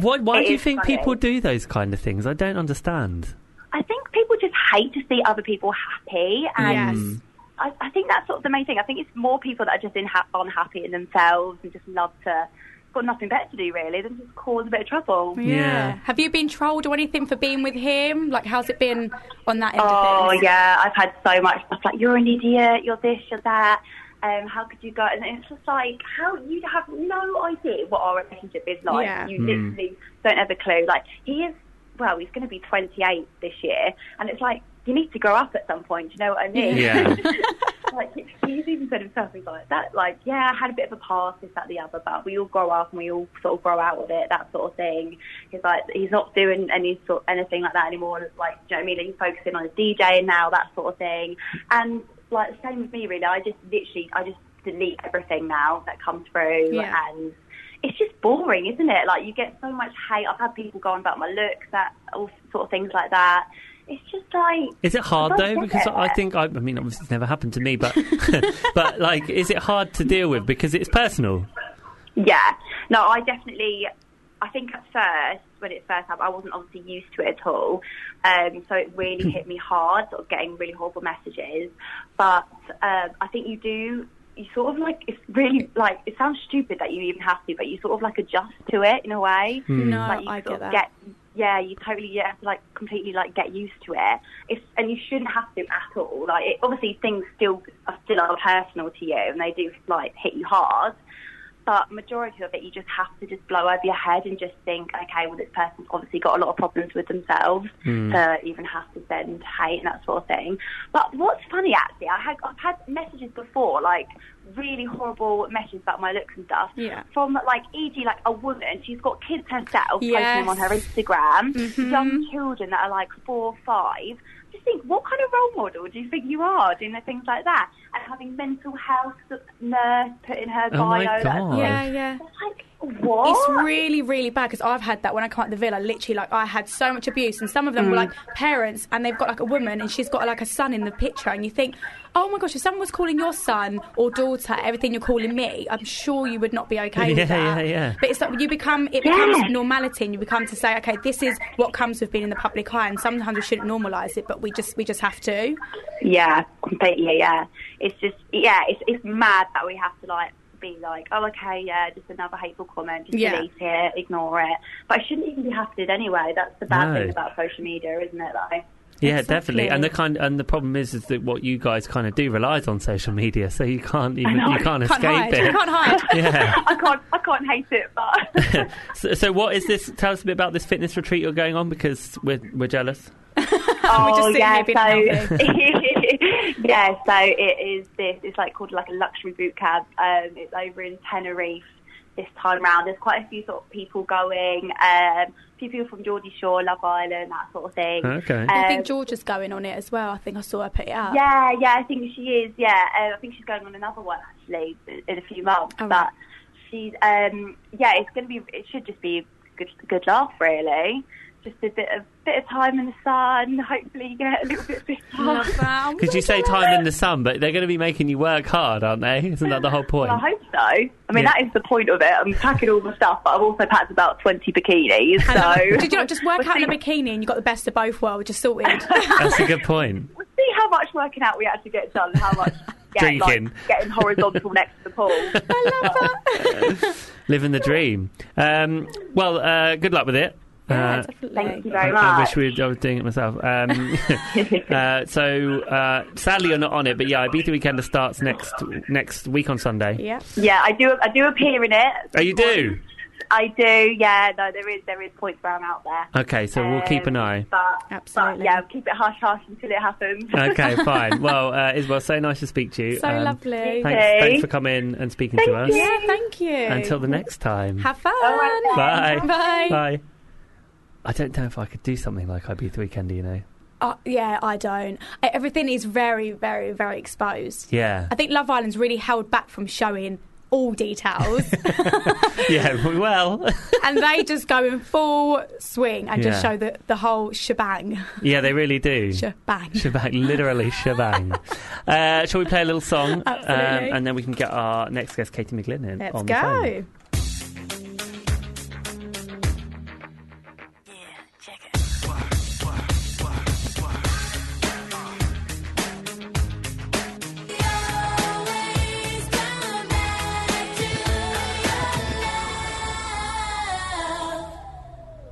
Speaker 3: Why, why
Speaker 10: It
Speaker 3: do you
Speaker 10: is
Speaker 3: think
Speaker 10: funny.
Speaker 3: people do those kind of things? I don't understand.
Speaker 10: I think people just hate to see other people happy, and
Speaker 3: Mm,
Speaker 4: Yes.
Speaker 10: I, I think that's sort of the main thing. I think it's more people that are just inha- unhappy in themselves and just love to got nothing better to do really than just cause a bit of trouble.
Speaker 4: Yeah.
Speaker 3: Yeah.
Speaker 4: Have you been trolled or anything for being with him? Like, how's it been on that end of
Speaker 10: Oh
Speaker 4: things?
Speaker 10: yeah, I've had so much stuff like you're an idiot, you're this, you're that. Um, how could you go? And it's just like how you have no idea what our relationship is like.
Speaker 4: Yeah.
Speaker 10: You literally don't have a clue. Like he is, well, he's going to be 28 this year, and it's like you need to grow up at some point. Do you know what I mean?
Speaker 3: Yeah.
Speaker 10: like he's even said himself, he's like that. Like yeah, I had a bit of a past, this, that, the other, but we all grow up and we all sort of grow out of it, that sort of thing. He's like he's not doing any sort anything like that anymore. It's Like do you know what I mean? He's focusing on his DJing now, that sort of thing. And like same with me, really. I just literally, I just delete everything now that comes through
Speaker 4: Yeah.
Speaker 10: and. It's just boring, isn't it? Like you get so much hate. I've had people go on about my looks, that all sort of things like that. It's just like
Speaker 3: Is it hard though?
Speaker 10: don't get
Speaker 3: Because I
Speaker 10: it.
Speaker 3: think I, I mean, obviously it's never happened to me, but but like, is it hard to deal with because it's personal?
Speaker 10: Yeah. No, I definitely. I think at first, when it first happened, I wasn't obviously used to it at all. Um, so it really hit me hard, sort of getting really horrible messages. But um, I think you do. You sort of like it's really like it sounds stupid that you even have to, but you sort of like adjust to it in a way.
Speaker 4: Hmm. No,
Speaker 10: like you
Speaker 4: I
Speaker 10: sort
Speaker 4: get
Speaker 10: of
Speaker 4: that.
Speaker 10: get yeah, you totally you have to like completely like get used to it. It's and you shouldn't have to at all. Like it, obviously things still are still are personal to you and they do like hit you hard. But majority of it, you just have to just blow over your head and just think, okay, well, this person's obviously got a lot of problems with themselves to even have to send hate and that sort of thing. But what's funny, actually, I had, I've had messages before, like really horrible messages about my looks and stuff,
Speaker 4: Yeah.
Speaker 10: from like, e.g., like a woman, she's got kids herself, posting them on her
Speaker 4: Yes. Mm-hmm.
Speaker 10: Instagram, young children that are like four or five. Just think, what kind of role model do you think you are doing the things like that? And having mental health nurse put in her
Speaker 3: Oh my
Speaker 10: bio. that-
Speaker 3: God.
Speaker 4: Yeah, yeah.
Speaker 10: It's like, what?
Speaker 3: Oh.
Speaker 4: It's really, really bad because I've had that when I come out the villa. Literally, like I had so much abuse, and some of them were
Speaker 3: Mm.
Speaker 4: like parents, and they've got like a woman, and she's got like a son in the picture, and you think, oh my gosh, if someone was calling your son or daughter everything you're calling me, I'm sure you would not be okay
Speaker 3: Yeah,
Speaker 4: with that.
Speaker 3: yeah, yeah.
Speaker 4: But it's like you become it
Speaker 10: Yeah.
Speaker 4: becomes normality, and you become to say, okay, this is what comes with being in the public eye, and sometimes we shouldn't normalise it, but we just we just have to.
Speaker 10: Yeah, completely. Yeah, it's just yeah, it's it's mad that we have to like be like, oh okay, yeah, just another hateful comment, just
Speaker 4: Yeah.
Speaker 10: delete it, ignore it. But it shouldn't even be happening anyway. That's the bad
Speaker 3: No.
Speaker 10: thing about social media, isn't it? Like,
Speaker 3: Yeah,
Speaker 4: Exactly.
Speaker 3: definitely. And the kind and the problem is, is that what you guys kind of do relies on social media, so you can't even
Speaker 11: know.
Speaker 3: you can't,
Speaker 4: Can't hide.
Speaker 3: escape
Speaker 4: Can't hide.
Speaker 3: it. yeah.
Speaker 11: I can't, I can't hate it, but
Speaker 3: So, so what is this? Tell us a bit about this fitness retreat you're going on because we're we're jealous.
Speaker 11: oh
Speaker 4: just sitting
Speaker 11: yeah,
Speaker 4: here being
Speaker 11: so yeah, so it is this. It's like called like a luxury boot camp. Um, it's over in Tenerife this time round. There's quite a few sort of people going. Um, a few people from Geordie Shore, Love Island, that sort of thing.
Speaker 3: Okay.
Speaker 11: Um,
Speaker 4: I think Georgia's going on it as well. I think I saw her put it up.
Speaker 11: Yeah, yeah, I think she is. Yeah, uh, I think she's going on another one actually in a few months.
Speaker 4: Oh, right.
Speaker 11: But she's, um, yeah, it's going to be. It should just be good, good laugh, really. Just a bit of bit of time in the sun. Hopefully, get a little bit fitter.
Speaker 4: Love that. Oh
Speaker 3: Because you say time in the sun, but they're going to be making you work hard, aren't they? Isn't that the whole point?
Speaker 11: Well, I hope so. I mean,
Speaker 3: Yeah.
Speaker 11: that is the point of it. I'm packing all my stuff, but I've also packed about 20 bikinis. So
Speaker 4: Did you not just work
Speaker 11: we'll
Speaker 4: out in a
Speaker 11: see-
Speaker 4: bikini and you got the best of both worlds just sorted?
Speaker 3: That's a good point.
Speaker 11: We'll see how much working out we actually get done, how much get,
Speaker 3: Drinking.
Speaker 11: like, getting horizontal next to the pool. I love that.
Speaker 3: Living the dream. Um, well, uh, good luck with it.
Speaker 4: yeah,
Speaker 3: Uh,
Speaker 11: Thank you
Speaker 4: definitely.
Speaker 11: very
Speaker 3: I- I
Speaker 11: much.
Speaker 3: wish we I was doing it myself. Um, uh, so uh, sadly, you're not on it, but yeah, Ibiza Weekender starts next next week on Sunday.
Speaker 4: Yeah.
Speaker 11: Yeah, I do. I do appear in it.
Speaker 3: Oh, you do?
Speaker 11: I do. Yeah, no, there is there is points where I'm out there.
Speaker 3: Okay, so we'll keep an
Speaker 11: Um,
Speaker 3: eye.
Speaker 11: But,
Speaker 4: Absolutely.
Speaker 11: But, yeah, keep it hush hush until it happens.
Speaker 3: Okay, fine. Well, uh, Isabel, so nice to speak to you.
Speaker 4: So
Speaker 3: Um,
Speaker 4: lovely.
Speaker 3: Thanks,
Speaker 11: Okay.
Speaker 3: thanks for coming and speaking to us.
Speaker 4: Yeah, thank you.
Speaker 3: Until the next time.
Speaker 4: Have fun.
Speaker 11: All right, then.
Speaker 3: Bye.
Speaker 4: Bye.
Speaker 3: Bye. I don't know if I could do something like Ibiza Weekender, you know?
Speaker 4: Uh, yeah, I don't. I, everything is very, very, very exposed.
Speaker 3: Yeah.
Speaker 4: I think Love Island's really held back from showing all details,
Speaker 3: Yeah, well.
Speaker 4: and they just go in full swing and just
Speaker 3: Yeah.
Speaker 4: show the, the whole shebang.
Speaker 3: Yeah, they really do.
Speaker 4: Shebang.
Speaker 3: Shebang, literally shebang. uh, shall we play a little song? Um,
Speaker 4: Absolutely.
Speaker 3: and then we can get our next guest, Katie McGlynn, in.
Speaker 4: Let's
Speaker 3: on The phone.
Speaker 4: go.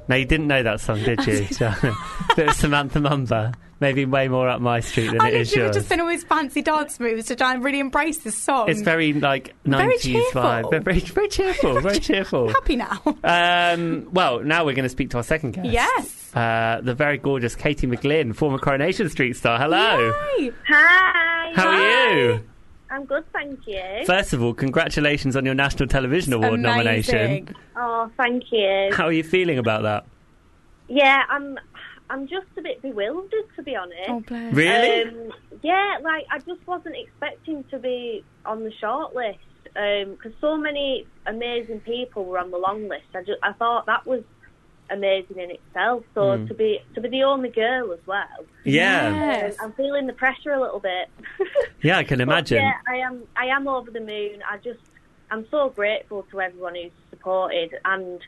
Speaker 3: Now, you didn't know that song, did you? Joanna? Bit of Samantha Mumba. Maybe way more up my street than
Speaker 4: I
Speaker 3: it is
Speaker 4: literally
Speaker 3: yours.
Speaker 4: Oh, was just in all his fancy dance moves to try and really embrace this song.
Speaker 3: it's very like 90s
Speaker 4: cheerful.
Speaker 3: vibe. But very, very cheerful, very cheerful.
Speaker 4: happy now.
Speaker 3: Um, well, now we're going to speak to our second guest.
Speaker 4: Yes.
Speaker 3: Uh, the very gorgeous Katie McGlynn, former Coronation Street star. Hello.
Speaker 4: Yay.
Speaker 10: Hi,
Speaker 3: How are you?
Speaker 10: I'm good, thank you.
Speaker 3: First of all, congratulations on your National Television Award nomination.
Speaker 4: Amazing.
Speaker 10: Oh, thank you.
Speaker 3: How are you feeling about that?
Speaker 10: Yeah, I'm. I'm just a bit bewildered, to be honest.
Speaker 4: Oh, bless.
Speaker 3: Really?
Speaker 10: Um, yeah, like I just wasn't expecting to be on the short list because so many amazing people were on the long list. I just I thought that was amazing in itself. So to be to be the only girl as well,
Speaker 3: yeah.
Speaker 4: Yes.
Speaker 10: Um, I'm feeling the pressure a little bit.
Speaker 3: Yeah, I can imagine.
Speaker 10: Yeah, I am. I am over the moon. I just, I'm so grateful to everyone who's supported and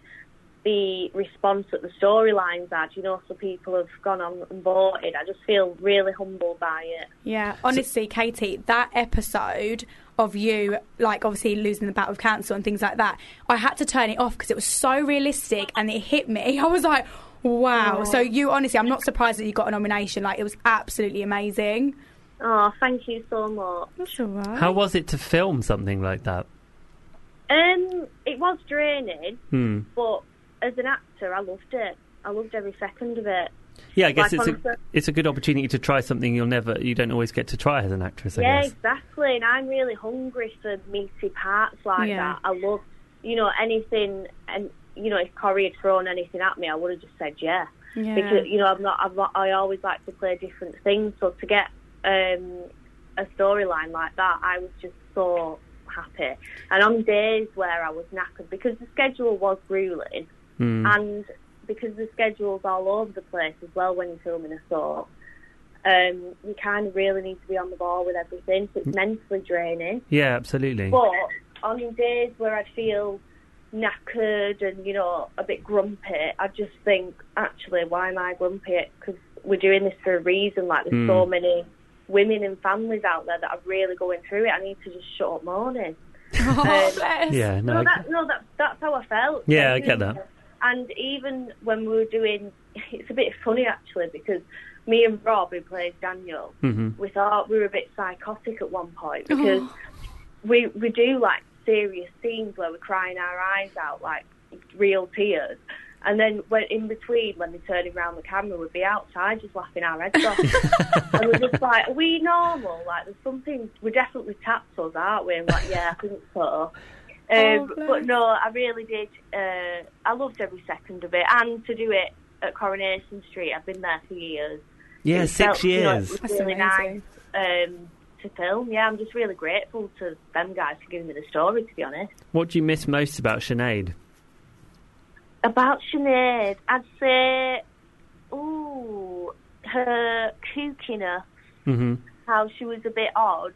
Speaker 10: the response that the storylines had. You know, so people have gone on and voted. I just feel really humbled by it.
Speaker 4: Yeah, honestly, Katie, that episode of you, like obviously losing the battle of cancer and things like that, I had to turn it off because it was so realistic and it hit me. I was like, wow. So, you honestly, I'm not surprised that you got a nomination. Like, it was absolutely amazing.
Speaker 10: Oh, thank you so much.
Speaker 4: That's all right.
Speaker 3: How was it to film something like that?
Speaker 10: Um, it was draining,
Speaker 3: Hmm.
Speaker 10: but as an actor, I loved it. I loved every second of it.
Speaker 3: Yeah, I guess
Speaker 10: Like
Speaker 3: it's a,
Speaker 10: concert.
Speaker 3: it's a good opportunity to try something you'll never, you don't always get to try as an actress. I
Speaker 10: yeah,
Speaker 3: guess.
Speaker 10: exactly. And I'm really hungry for meaty parts like
Speaker 4: Yeah.
Speaker 10: that. I love, you know, anything. And you know, if Corey had thrown anything at me, I would have just said yeah.
Speaker 4: Yeah.
Speaker 10: Because you know, I'm not. I'm not I always like to play different things. So to get um, a storyline like that, I was just so happy. And on days where I was knackered because the schedule was grueling, and because the schedule's all over the place as well when you're filming a soap, um, you kind of really need to be on the ball with everything. So it's mentally draining.
Speaker 3: Yeah, absolutely.
Speaker 10: But on days where I feel knackered and, you know, a bit grumpy, I just think, actually, why am I grumpy? Because we're doing this for a reason. Like, there's so many women and families out there that are really going through it. I need to just shut up Um, moaning.
Speaker 4: Oh, bless.
Speaker 3: yeah, no,
Speaker 10: No,
Speaker 3: I-
Speaker 10: that, no that, that's how I felt.
Speaker 3: Yeah, I get that.
Speaker 10: And even when we were doing, it's a bit funny actually because me and Rob, who plays Daniel,
Speaker 3: Mhm.
Speaker 10: we thought we were a bit psychotic at one point because we we do like serious scenes where we're crying our eyes out, like real tears. And then when in between, when they turn around the camera, we'd be outside just laughing our heads off. and we're just like, are we normal? Like, there's something, we're definitely tapped us, aren't we? And like, yeah, I think so.
Speaker 4: Oh,
Speaker 10: Um, but no, I really did. Uh, I loved every second of it. And to do it at Coronation Street, I've been there for years.
Speaker 3: Yeah,
Speaker 10: It
Speaker 3: six
Speaker 10: felt, you know,
Speaker 3: years.
Speaker 10: it was
Speaker 4: That's
Speaker 10: really nice
Speaker 4: amazing.
Speaker 10: um, to film. Yeah, I'm just really grateful to them guys for giving me the story, to be honest.
Speaker 3: What do you miss most about Sinead?
Speaker 10: About Sinead, I'd say, ooh, her kookiness,
Speaker 3: hmm
Speaker 10: how she was a bit odd,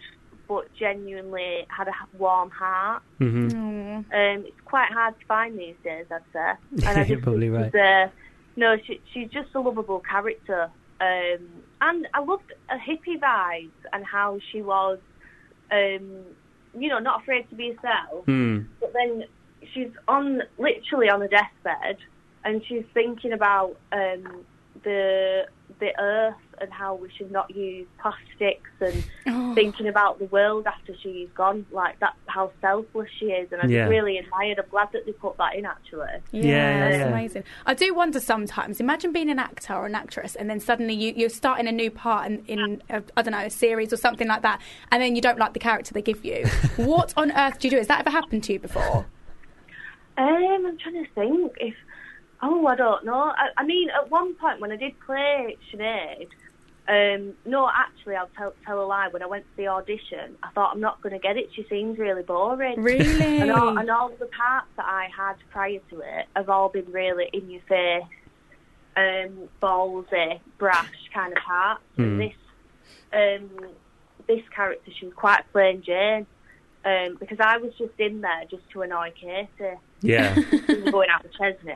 Speaker 10: but genuinely had a h- warm heart.
Speaker 3: hmm
Speaker 10: Um, it's quite hard to find these days, I'd say. I
Speaker 3: You're
Speaker 10: just
Speaker 3: probably
Speaker 10: think she's, Uh, no, she, she's just a lovable character. Um, and I loved her hippie vibes and how she was, um, you know, not afraid to be herself.
Speaker 3: Mm.
Speaker 10: But then she's on, literally on a deathbed, and she's thinking about um, the the earth and how we should not use plastics and thinking about the world after she's gone. Like that, how selfless she is, and I
Speaker 3: Yeah.
Speaker 10: just really admired. I'm glad that they put that in actually.
Speaker 4: Yeah,
Speaker 3: Yeah,
Speaker 4: that's
Speaker 3: yeah.
Speaker 4: amazing. I do wonder sometimes. Imagine being an actor or an actress, and then suddenly you, you're starting a new part in, in a, I don't know, a series or something like that, and then you don't like the character they give you. what on earth do you do? Has that ever happened to you before?
Speaker 10: Um, I'm trying to think if. Oh, I don't know. I, I mean, at one point when I did play Sinead, um, no, actually, I'll tell, tell a lie. When I went to the audition, I thought I'm not going to get it. She seems really boring.
Speaker 4: Really?
Speaker 10: And all, and all the parts that I had prior to it have all been really in your face, um, ballsy, brash kind of parts. And this um, this character, she was quite plain Jane, um, because I was just in there just to annoy Katie
Speaker 3: Yeah.
Speaker 10: we were going out to Chesney.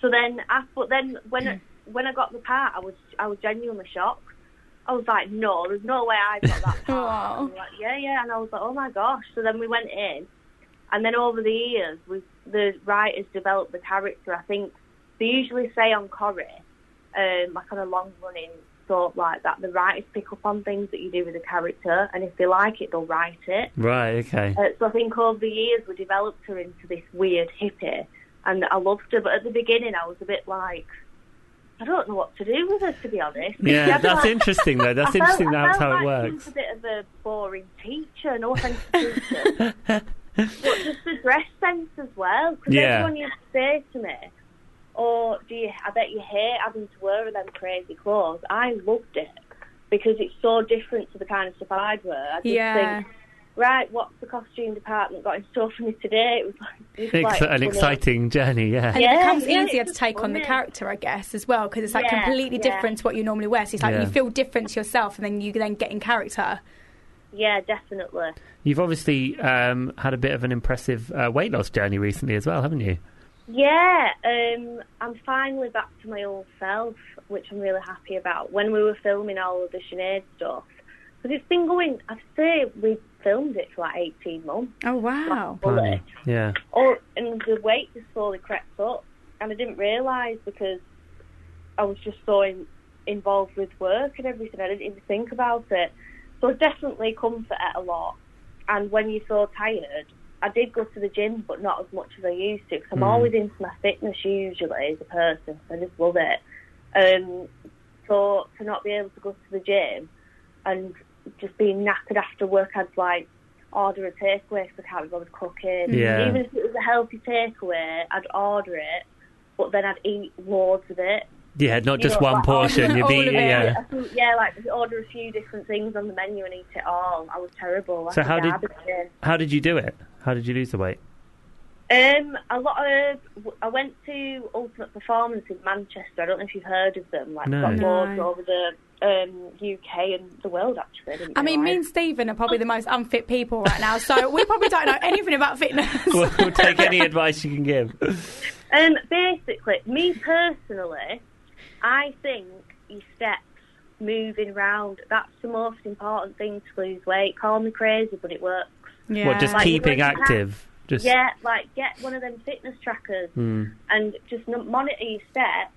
Speaker 10: So then, I, but then when I, when I got the part, I was I was genuinely shocked. I was like, no, there's no way I got that part. And they were like, yeah, yeah, and I was like, oh my gosh. So then we went in, and then over the years, we, the writers developed the character. I think they usually say on Corrie, um, like on a long running sort like that, the writers pick up on things that you do with the character, and if they like it, they'll write it.
Speaker 3: right. Okay.
Speaker 10: Uh, so I think over the years we developed her into this weird hippie, and I loved her. But at the beginning, I was a bit like, I don't know what to do with her, to be honest.
Speaker 3: Yeah,
Speaker 10: I'd be
Speaker 3: that's
Speaker 10: like-
Speaker 3: interesting though. That's
Speaker 10: I felt-
Speaker 3: interesting.
Speaker 10: I
Speaker 3: That's
Speaker 10: felt
Speaker 3: how it
Speaker 10: like she
Speaker 3: works.
Speaker 10: was a bit of a boring teacher, no offense to teachers, but just the dress sense as well. Because
Speaker 3: Yeah.
Speaker 10: everyone used to say to me, "Oh, do you? I bet you hate having to wear them crazy clothes." I loved it because it's so different to the kind of stuff I'd wear. I just
Speaker 4: Yeah.
Speaker 10: think. Right, what's the costume department got in store for me today? It was like, it was
Speaker 3: Ex-
Speaker 10: like
Speaker 3: an
Speaker 10: funny.
Speaker 3: exciting journey. Yeah.
Speaker 4: And it
Speaker 10: Yeah,
Speaker 4: becomes
Speaker 10: yeah,
Speaker 4: easier
Speaker 10: it's
Speaker 4: to take on the
Speaker 10: funny.
Speaker 4: character, I guess, as well, because it's like
Speaker 10: Yeah,
Speaker 4: completely
Speaker 10: yeah.
Speaker 4: different to what you normally wear. So it's like
Speaker 3: Yeah.
Speaker 4: you feel different to yourself, and then you then get in character.
Speaker 10: Yeah, definitely.
Speaker 3: You've obviously um, had a bit of an impressive uh, weight loss journey recently as well, haven't you?
Speaker 10: Yeah, um, I'm finally back to my old self, which I'm really happy about. When we were filming all of the Sinead stuff, because it's been going, I'd say we filmed it for like 18 months.
Speaker 4: Oh
Speaker 10: like,
Speaker 4: wow!
Speaker 10: fully.
Speaker 3: Um, Yeah.
Speaker 10: Or, and the weight just slowly crept up, and I didn't realise because I was just so in, involved with work and everything, I didn't even think about it. So I definitely comfort it a lot. And when you're so tired, I did go to the gym, but not as much as I used to because I'm always into my fitness usually as a person. I just love it. Um, so to not be able to go to the gym and just being knackered after work, I'd like order a takeaway because I can't be bothered cooking.
Speaker 3: Yeah.
Speaker 10: Even if it was a healthy takeaway, I'd order it, but then I'd eat loads of it.
Speaker 3: Yeah. Not
Speaker 10: You
Speaker 3: just
Speaker 10: know,
Speaker 3: one
Speaker 10: like,
Speaker 3: portion.
Speaker 10: all-
Speaker 3: You'd
Speaker 10: all
Speaker 3: be
Speaker 10: of it.
Speaker 3: yeah.
Speaker 10: I think, yeah, like order a few different things on the menu and eat it all. I was terrible.
Speaker 3: So
Speaker 10: I was
Speaker 3: how did-
Speaker 10: garbage in.
Speaker 3: How did you do it? How did you lose the weight?
Speaker 10: Um, a lot of I went to Ultimate Performance in Manchester. I don't know if you've heard of them. Like
Speaker 3: No.
Speaker 10: got
Speaker 4: No.
Speaker 10: loads over the um, UK and the world actually. I, didn't
Speaker 4: I mean, me and
Speaker 10: realise.
Speaker 4: Stephen are probably the most unfit people right now, so we probably don't know anything about fitness.
Speaker 3: we'll, we'll take any advice you can give.
Speaker 10: Um, basically, me personally, I think your steps, moving round, that's the most important thing to lose weight. Call me crazy, but it works.
Speaker 4: yeah.
Speaker 3: Well, just
Speaker 10: Like,
Speaker 3: keeping
Speaker 10: working out.
Speaker 3: active. Just
Speaker 10: Yeah, like get one of them fitness trackers and just n- monitor your steps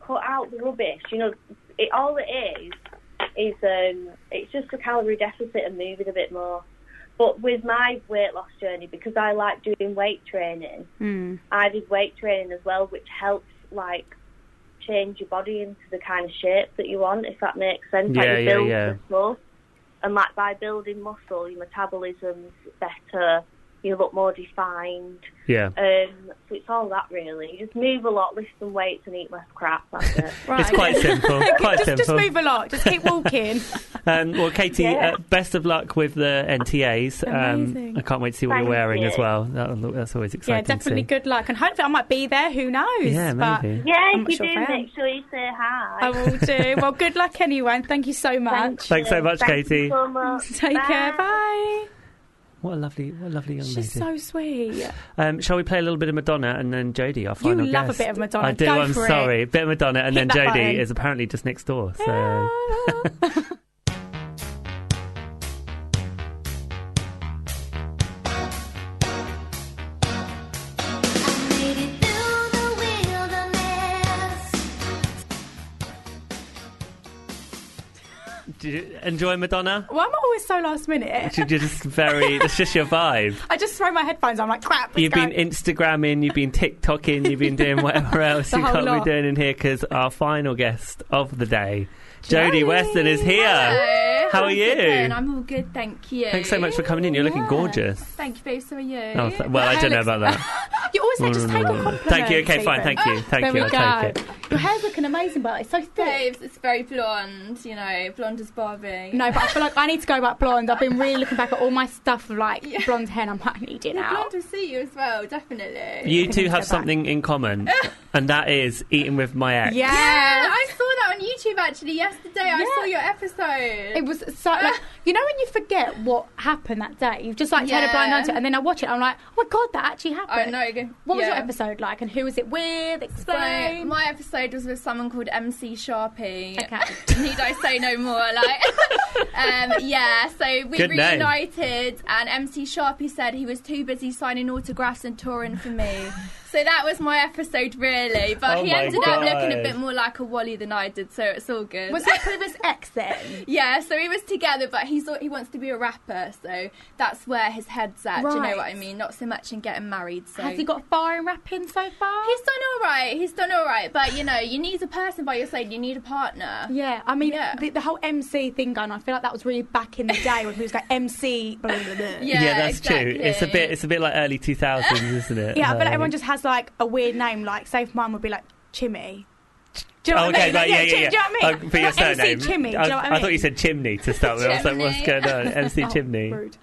Speaker 10: cut out the rubbish. You know, it, all it is is um, it's just a calorie deficit and move it a bit more. But with my weight loss journey, because I like doing weight training,
Speaker 4: Mm.
Speaker 10: I did weight training as well, which helps like change your body into the kind of shape that you want, if that makes sense.
Speaker 3: Yeah,
Speaker 10: like you
Speaker 3: yeah,
Speaker 10: build
Speaker 3: yeah.
Speaker 10: muscle, and like by building muscle, your metabolism's better. You look more defined.
Speaker 3: Yeah.
Speaker 10: Um, so it's all that really. You just move a lot, lift some weights, and eat less crap. That's it.
Speaker 4: Right.
Speaker 3: It's quite simple. Quite
Speaker 4: just,
Speaker 3: simple.
Speaker 4: just move along. Just keep walking.
Speaker 3: Um, well, Katie,
Speaker 10: Yeah.
Speaker 3: uh, best of luck with the NTAs. Um,
Speaker 4: Amazing.
Speaker 3: I can't wait to see what
Speaker 10: Thank
Speaker 3: you're wearing as
Speaker 10: you.
Speaker 3: well. That, that's always
Speaker 4: yeah,
Speaker 3: exciting. to
Speaker 4: definitely
Speaker 3: see.
Speaker 4: good luck. And hopefully I might be there. Who knows?
Speaker 3: Yeah,
Speaker 4: But
Speaker 3: maybe.
Speaker 10: yeah,
Speaker 4: I'm
Speaker 10: if
Speaker 4: not
Speaker 10: you
Speaker 4: sure
Speaker 10: do,
Speaker 4: if I am.
Speaker 10: make sure you say hi.
Speaker 4: I will do. Well, good luck anyway. And thank you so much.
Speaker 3: Thanks so much,
Speaker 10: Thank
Speaker 3: Katie.
Speaker 10: You so much.
Speaker 4: Take care. Bye.
Speaker 3: What a lovely, what a lovely young
Speaker 4: She's
Speaker 3: lady.
Speaker 4: so sweet.
Speaker 3: um, shall we play a little bit of Madonna and then Jodie? Our final
Speaker 4: love a
Speaker 3: guest?
Speaker 4: bit of Madonna.
Speaker 3: I do.
Speaker 4: Go
Speaker 3: I'm
Speaker 4: for it.
Speaker 3: sorry. Bit of Madonna and
Speaker 4: Hit
Speaker 3: then
Speaker 4: that
Speaker 3: Jodie
Speaker 4: button.
Speaker 3: is apparently just next door. So. uh, Do you enjoy Madonna?
Speaker 4: Why am I always so last minute?
Speaker 3: You're just very. That's just your vibe.
Speaker 4: I just throw my headphones. on, I'm like, crap. let's
Speaker 3: You've
Speaker 4: go.
Speaker 3: been Instagramming, you've been TikToking, you've been doing whatever else
Speaker 4: The
Speaker 3: you
Speaker 4: whole
Speaker 3: can't
Speaker 4: lot.
Speaker 3: be doing in here because our final guest of the day, Jodie
Speaker 4: Jodie.
Speaker 3: Weston, is here.
Speaker 6: Hello.
Speaker 3: How are
Speaker 6: How's it
Speaker 3: you?
Speaker 6: going? I'm all good, thank you.
Speaker 3: Thanks so much for coming in. You're looking gorgeous.
Speaker 6: Thank you, babes. So are you?
Speaker 3: Oh, th- well, I don't know about that.
Speaker 4: You always say
Speaker 3: No,
Speaker 4: just
Speaker 3: no,
Speaker 4: take
Speaker 3: no,
Speaker 4: a
Speaker 3: no.
Speaker 4: compliment.
Speaker 3: Thank you, okay, fine,
Speaker 4: Stephen.
Speaker 3: thank you, thank
Speaker 4: there
Speaker 3: you,
Speaker 4: we
Speaker 3: I'll
Speaker 4: go.
Speaker 3: take it.
Speaker 4: Your hair's looking amazing, but it's so thick.
Speaker 6: Babes, it's very blonde, you know, blonde as Barbie.
Speaker 4: No, but I feel like I need to go back blonde. I've been really looking back at all my stuff of like blonde hair, and I'm like, I need
Speaker 6: The
Speaker 4: it now.
Speaker 6: blonde will suit you as well, definitely.
Speaker 3: You two have something in common, and that is eating with my ex.
Speaker 6: Yeah, I saw that on YouTube actually yesterday. I saw your episode.
Speaker 4: It was so
Speaker 6: Ah.
Speaker 4: like you know when you forget what happened that day, you've just like turned a blind
Speaker 6: Yeah.
Speaker 4: eye to it, and then I watch it, I'm like, oh my god, that actually happened.
Speaker 6: I know.
Speaker 4: What was your
Speaker 6: Yeah.
Speaker 4: episode like, and who was it with? Explain.
Speaker 6: So my episode was with someone called MC Sharpie.
Speaker 4: Okay.
Speaker 6: Need I say no more? Like, um, yeah. So we
Speaker 3: Good name.
Speaker 6: reunited, and MC Sharpie said he was too busy signing autographs and touring for me. so that was my episode, really. But
Speaker 3: Oh
Speaker 6: he
Speaker 3: my
Speaker 6: ended up looking
Speaker 3: God.
Speaker 6: a bit more like a Wally than I did, so it's all good.
Speaker 4: was it previous ex then?
Speaker 6: yeah, so he was together, but he thought he wants to be a rapper, so that's where his head's at. Do you know what I
Speaker 4: Right.
Speaker 6: mean? Not so much in getting married. So
Speaker 4: Has he got far in rapping so far?
Speaker 6: He's done all right. He's done all right. But you know, you need a person by your side. You need a partner.
Speaker 4: Yeah, I mean
Speaker 6: Yeah.
Speaker 4: The, the whole MC thing going on. I feel like that was really back in the day when he was like MC. Blah, blah, blah.
Speaker 6: Yeah,
Speaker 3: that's true. It's a
Speaker 6: exactly.
Speaker 3: bit. It's a bit like early 2000s, isn't it?
Speaker 4: Yeah, I feel like everyone just has like a weird name. Like, say if mine would be like Chimmy. Do you know what
Speaker 3: Oh,
Speaker 4: I
Speaker 3: okay,
Speaker 4: mean?
Speaker 3: like, yeah,
Speaker 4: do
Speaker 3: yeah,
Speaker 4: you-
Speaker 3: yeah.
Speaker 4: Do you know what I mean?
Speaker 3: Oh, for your
Speaker 4: Like, MC
Speaker 3: surname,
Speaker 4: Chimmy. Do you
Speaker 3: I,
Speaker 4: know what I
Speaker 3: I thought you
Speaker 4: mean? Oh,
Speaker 3: said chimney to start with. I was like, what's
Speaker 6: Chimney.
Speaker 3: going on, MC Chimney?
Speaker 4: Rude.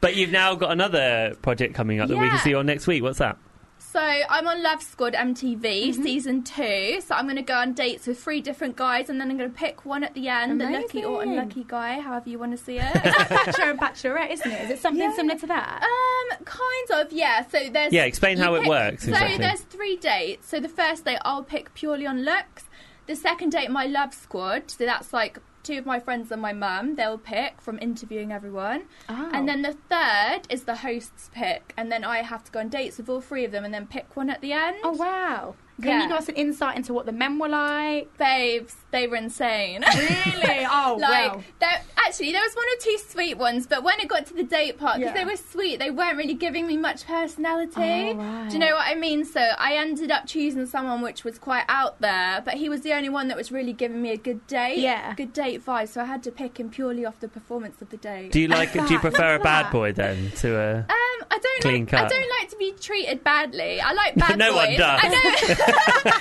Speaker 3: But you've now got another project coming up that we can
Speaker 6: Yeah.
Speaker 3: see on next week. What's that?
Speaker 6: So I'm on Love Squad MTV
Speaker 2: Mm-hmm.
Speaker 6: season two. So I'm going to go on dates with three different guys, and then I'm going to pick one at the end, a lucky or
Speaker 4: Amazing.
Speaker 6: unlucky guy, however you want to see it.
Speaker 4: Bachelor and Bachelorette, isn't it? Is it something similar to that?
Speaker 6: Um, kind of, yeah. So there's
Speaker 3: Yeah, explain
Speaker 6: you
Speaker 3: how it works,
Speaker 6: So
Speaker 3: exactly.
Speaker 6: there's three dates. So the first date I'll pick purely on looks. The second date, my love squad. So that's like two of my friends and my mum. They'll pick from interviewing everyone.
Speaker 4: Oh.
Speaker 6: And then the third is the hosts pick, and then I have to go on dates with all three of them, and then pick one at the end.
Speaker 4: Oh wow! Can you
Speaker 6: Yeah.
Speaker 4: give us an insight into what the men were like?
Speaker 6: Babes, they were insane.
Speaker 4: Really? Oh
Speaker 6: like
Speaker 4: wow!
Speaker 6: there, actually there was one or two sweet ones but when it got to the date part because
Speaker 4: Yeah.
Speaker 6: they were sweet they weren't really giving me much personality
Speaker 4: Oh, right.
Speaker 6: do you know what i mean so i ended up choosing someone which was quite out there but he was the only one that was really giving me a good date
Speaker 4: Yeah.
Speaker 6: good date vibe so i had to pick him purely off the performance of the date
Speaker 3: Do you like? do you
Speaker 4: that.
Speaker 3: prefer a
Speaker 4: What's
Speaker 3: bad
Speaker 4: that?
Speaker 3: boy then to a?
Speaker 6: um, I don't
Speaker 3: Clean
Speaker 6: like.
Speaker 3: cut.
Speaker 6: I don't like to be treated badly. I like bad
Speaker 3: No
Speaker 6: boys.
Speaker 3: one does.
Speaker 6: I, don't-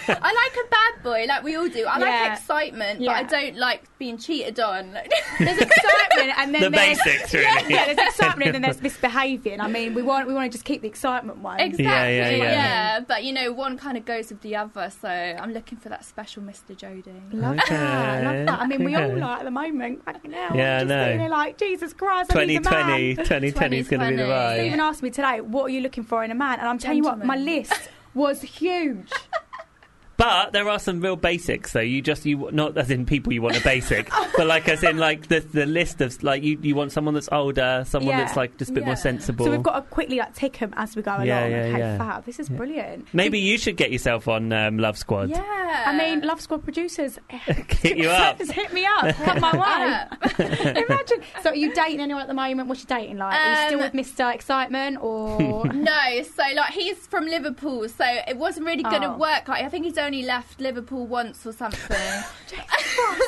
Speaker 6: I like a bad boy, like we all do. I
Speaker 4: Yeah.
Speaker 6: like excitement,
Speaker 4: Yeah.
Speaker 6: but I don't like being cheated on.
Speaker 4: There's excitement, and then
Speaker 3: The
Speaker 4: there's
Speaker 3: basics, really.
Speaker 4: yeah, there's excitement, and then there's misbehaviour. And I mean, we want we want to just keep the excitement one.
Speaker 6: Exactly.
Speaker 3: Yeah,
Speaker 6: Yeah,
Speaker 3: yeah, yeah.
Speaker 6: But you know, one kind of goes with the other, so I'm looking for that special Mr. Jody.
Speaker 4: Love that.
Speaker 3: Okay,
Speaker 4: Love that. I mean, we all
Speaker 3: okay.
Speaker 4: are at the moment. Fucking hell.
Speaker 3: Yeah, I
Speaker 4: just
Speaker 3: know.
Speaker 4: sitting there like, Jesus Christ, I need a
Speaker 3: 2020,
Speaker 4: man.
Speaker 3: 2020 is going to be the
Speaker 6: 2020.
Speaker 3: vibe.
Speaker 4: Stephen asked me today, what are you looking for in a man? And I'm telling you what, my
Speaker 6: Gentleman.
Speaker 4: list was huge.
Speaker 3: But there are some real basics though. You just you not as in people you want a basic,
Speaker 6: Oh.
Speaker 3: but like as in like the the list of like you you want someone that's older, someone
Speaker 4: Yeah.
Speaker 3: that's like just a bit
Speaker 4: Yeah.
Speaker 3: more sensible.
Speaker 4: So we've got to quickly like tick them as we go along.
Speaker 3: Yeah, yeah,
Speaker 4: okay,
Speaker 3: yeah.
Speaker 4: fab. This is brilliant.
Speaker 3: Maybe you should get yourself on um, Love Squad.
Speaker 6: Uh,
Speaker 4: Yeah. I mean, Love Squad producers,
Speaker 3: Hit you up.
Speaker 4: just hit me up. Come my way. Imagine. So, are you dating anyone at the moment? What's your dating like? are you still
Speaker 6: Um,
Speaker 4: with Mr. Excitement or?
Speaker 6: no, so like he's from Liverpool, so it wasn't really going to
Speaker 4: Oh.
Speaker 6: work. Like I think he's only left Liverpool once or something.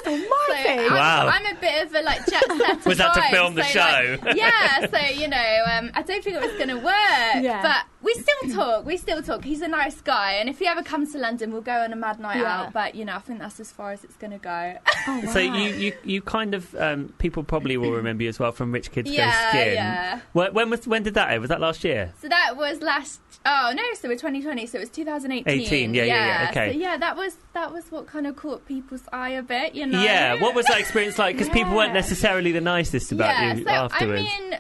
Speaker 4: Almighty.
Speaker 6: I'm,
Speaker 3: Wow.
Speaker 6: I'm a bit of a like jet setter.
Speaker 3: Was that to
Speaker 6: vibe,
Speaker 3: film the
Speaker 6: so,
Speaker 3: show?
Speaker 6: like, yeah, so you know, um, I don't think it was going to work.
Speaker 4: Yeah.
Speaker 6: But we still talk. We still talk. He's a nice guy, and if he ever comes to London, we'll go on a mad night
Speaker 4: Yeah.
Speaker 6: out. oh, But you know, I think that's as far as it's going to go.
Speaker 3: So you, you, you kind of um, people probably will remember you as well from Rich Kids
Speaker 6: Yeah,
Speaker 3: Go Skin.
Speaker 6: yeah.
Speaker 3: When, when was when did that air? Was that last year?
Speaker 6: So that was last. Oh no! So we're 2020. So it was 2018.
Speaker 3: 18, yeah, yeah, yeah, okay.
Speaker 6: So yeah, that was that was what kind of caught people's eye a bit, you know.
Speaker 3: Yeah. What was that experience like? Because people weren't
Speaker 6: Yeah.
Speaker 3: necessarily the nicest about
Speaker 6: yeah.
Speaker 3: you
Speaker 6: so
Speaker 3: afterwards.
Speaker 6: I mean,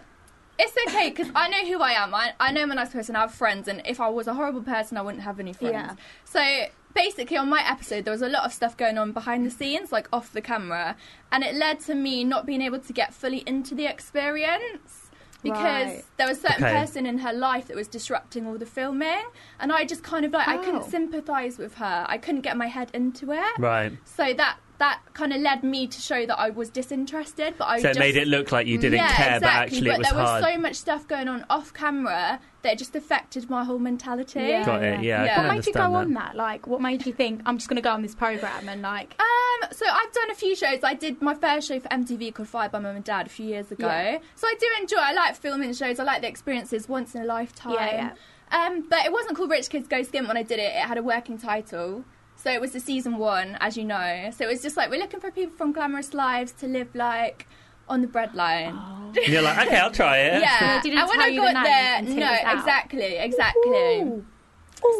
Speaker 6: it's okay because I know who I am. I, I know I'm a nice person. I have friends, and if I was a horrible person, I wouldn't have any friends.
Speaker 4: Yeah.
Speaker 6: So basically, on my episode, there was a lot of stuff going on behind the scenes, like off the camera, and it led to me not being able to get fully into the experience because
Speaker 4: Right.
Speaker 6: there was a certain
Speaker 3: Okay.
Speaker 6: person in her life that was disrupting all the filming, and I just kind of like I
Speaker 4: Oh.
Speaker 6: couldn't sympathise with her. I couldn't get my head into it.
Speaker 3: right.
Speaker 6: So that that kind of led me to show that I was disinterested, but I
Speaker 3: So it
Speaker 6: just,
Speaker 3: made it look like you didn't
Speaker 6: yeah,
Speaker 3: care,
Speaker 6: exactly,
Speaker 3: but actually it was
Speaker 6: there
Speaker 3: hard.
Speaker 6: was so much stuff going on off camera that it just affected my whole mentality.
Speaker 4: Yeah.
Speaker 3: Got it.
Speaker 6: Yeah.
Speaker 3: Yeah. I can
Speaker 6: What
Speaker 4: What made you
Speaker 3: understand
Speaker 4: go
Speaker 3: that.
Speaker 4: on that? Like, what made you think I'm just going to go on this program and like?
Speaker 6: Um, so I've done a few shows. I did my first show for MTV called Fired by Mum and Dad a few years ago.
Speaker 4: Yeah.
Speaker 6: So I do enjoy. I like filming shows. I like the experiences once in a lifetime.
Speaker 4: Yeah,
Speaker 6: Um, but it wasn't called Rich Kids Go Skin when I did it. It had a working title. So it was the season one, as you know. So it was just like we're looking for people from glamorous lives to live like on the breadline.
Speaker 3: And you're like, okay, I'll try it.
Speaker 6: Yeah,
Speaker 4: So they didn't
Speaker 6: and when
Speaker 4: tell
Speaker 6: I
Speaker 4: you the
Speaker 6: got
Speaker 4: name
Speaker 6: there,
Speaker 4: until it
Speaker 6: no,
Speaker 4: was out?
Speaker 6: exactly, exactly.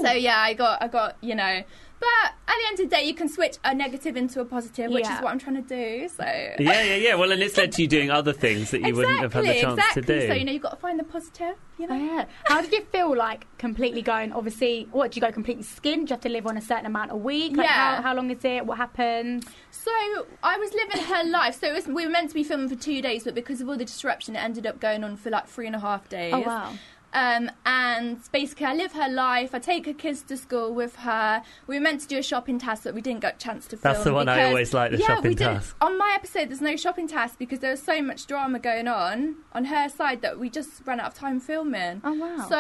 Speaker 6: So yeah, I got, I got, you know. But at the end of the day, you can switch a negative into a positive, which
Speaker 4: Yeah.
Speaker 6: is what I'm trying to do. So
Speaker 3: Yeah, yeah, yeah. Well, and it's led to you doing other things that you wouldn't have had the chance
Speaker 6: exactly.
Speaker 3: to do.
Speaker 6: So you know, you've got to find the positive. You know,
Speaker 4: Yeah. How did you feel like completely going? Obviously, what do you go completely skinned? Do you have to live on a certain amount a week? Like,
Speaker 6: Yeah.
Speaker 4: How, how long is it? What happens?
Speaker 6: So I was living her life. So it was, we were meant to be filming for two days, but because of all the disruption, it ended up going on for like three and a half days.
Speaker 4: Oh,
Speaker 3: Oh,
Speaker 6: Um, and basically, I live her life. I take her kids to school with her. We were meant to do a shopping task, but we didn't get a chance to film.
Speaker 3: That's the one I
Speaker 6: because-
Speaker 3: always like, the
Speaker 6: yeah,
Speaker 3: shopping
Speaker 6: we didn't-
Speaker 3: task.
Speaker 6: On my episode, there's no shopping task because there was so much drama going on on her side that we just ran out of time filming.
Speaker 4: Oh, wow.
Speaker 6: So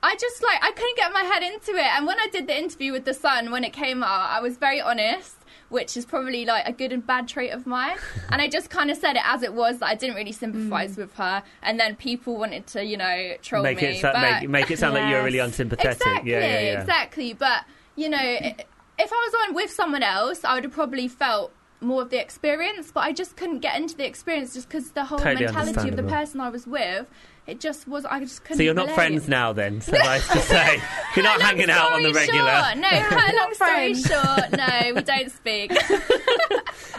Speaker 6: I just like I couldn't get my head into it. And when I did the interview with the Sun when it came out, I was very honest. Which is probably like a good and bad trait of mine, and I just kind of said it as it was. That I didn't really sympathise with her, and then people wanted to, you know, troll
Speaker 3: make
Speaker 6: me.
Speaker 3: it so-
Speaker 6: but-
Speaker 3: make, make it sound like you're really
Speaker 4: Yes.
Speaker 3: unsympathetic.
Speaker 6: Exactly,
Speaker 3: yeah, yeah, yeah.
Speaker 6: exactly. But you know, i- if I was on with someone else, I would have probably felt more of the experience. But I just couldn't get into the experience just because the whole
Speaker 3: Totally
Speaker 6: mentality of the
Speaker 3: understandable.
Speaker 6: person I was with, it just was. I just couldn't.
Speaker 3: So you're not
Speaker 6: relate.
Speaker 3: friends now, then? So nice to say, you're not hanging out on the
Speaker 6: Story
Speaker 3: regular.
Speaker 6: Short, no, cut a long story short, no, we don't speak.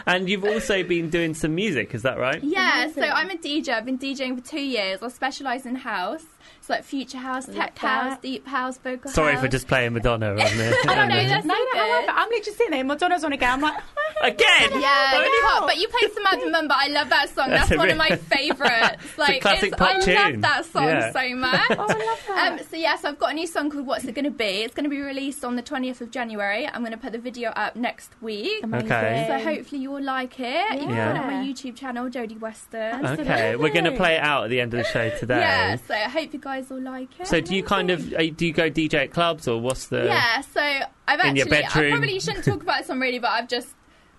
Speaker 3: And you've also been doing some music, is that right?
Speaker 6: Yeah, so I'm a DJ. I've been DJing for two years. I specialise in house, so like future house, tech house, deep house, vocal
Speaker 3: Sorry
Speaker 6: house.
Speaker 3: for just playing Madonna on there.
Speaker 6: I don't know, that's
Speaker 4: No,
Speaker 6: all
Speaker 4: no,
Speaker 6: good.
Speaker 4: however, I'm literally sitting there. Madonna's on again. I'm like, "Oh,
Speaker 3: Again?
Speaker 6: Yeah,
Speaker 3: Only-
Speaker 6: it's hot, but you played Samantha Mum, but I love that song.
Speaker 3: That's
Speaker 6: That's,
Speaker 3: a
Speaker 6: one of
Speaker 3: re-
Speaker 6: my favourites. Like,
Speaker 3: classic pop
Speaker 6: I
Speaker 3: tune.
Speaker 6: love that song
Speaker 3: Yeah.
Speaker 6: so much.
Speaker 4: oh, I love that.
Speaker 6: Um, so yeah, so I've got a new song called "What's It Gonna Be." It's gonna be released on the 20th of January. I'm gonna put the video up next week.
Speaker 3: Okay.
Speaker 6: So hopefully you'll like it. You can find it on my
Speaker 4: Yeah.
Speaker 6: YouTube channel, Jodie Western.
Speaker 3: Okay, we're going to play it out at the end of the show today.
Speaker 6: yeah, so I hope you guys all like it.
Speaker 3: So do you kind of uh, do you go DJ at clubs or what's the?
Speaker 6: Yeah, so I've actually,
Speaker 3: In your bedroom.
Speaker 6: I probably shouldn't talk about this on radio, but I've just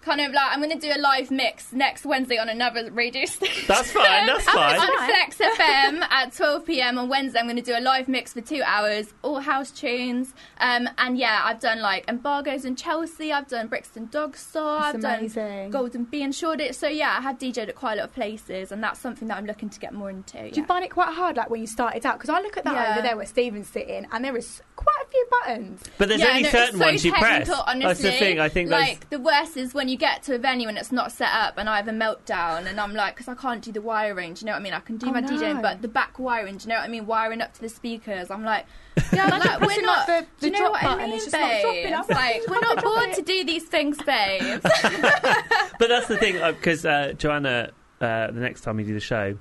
Speaker 6: kind of like, I'm going to do a live mix next Wednesday on another radio station.
Speaker 3: That's fine. That's fine.
Speaker 6: on Flex FM at 12 p.m. on Wednesday. I'm going to do a live mix for two hours, all house tunes. Um, and yeah, I've done like Embargoes in Chelsea, I've done Brixton Dog Store,
Speaker 4: That's
Speaker 6: I've
Speaker 4: amazing.
Speaker 6: done Golden Bee in Shoreditch. So yeah, I have DJed at quite a lot of places, and that's something that I'm looking to get more into.
Speaker 4: Do you
Speaker 6: yeah.
Speaker 4: find it quite hard, like when you started out? Because I look at that
Speaker 6: Yeah.
Speaker 4: over there where Stephen's sitting, and there is quite a few buttons.
Speaker 3: But there's only
Speaker 6: no, it's
Speaker 3: certain
Speaker 6: so
Speaker 3: ones you press.
Speaker 6: technical, Honestly.
Speaker 3: That's the thing. I think those-
Speaker 6: like the worst is when you get to a venue and it's not set up, and I have a meltdown, and I'm like, because I can't do the wiring. Do you know what I mean? I can do
Speaker 4: Oh,
Speaker 6: my DJing,
Speaker 4: no.
Speaker 6: but the back wiring. Do you know what I mean? Wiring up to the speakers. I'm like, yeah,
Speaker 4: Imagine
Speaker 6: like, we're
Speaker 4: pressing,
Speaker 6: not.
Speaker 4: like, the-
Speaker 6: do you
Speaker 4: the
Speaker 6: know
Speaker 4: drop
Speaker 6: what I
Speaker 4: button,
Speaker 6: mean,
Speaker 4: it's just not dropping.
Speaker 6: babe?
Speaker 4: I'm
Speaker 6: like, we're not born to do these things, babe.
Speaker 3: But that's the thing, because uh, Joanna, uh, the next time we do the show,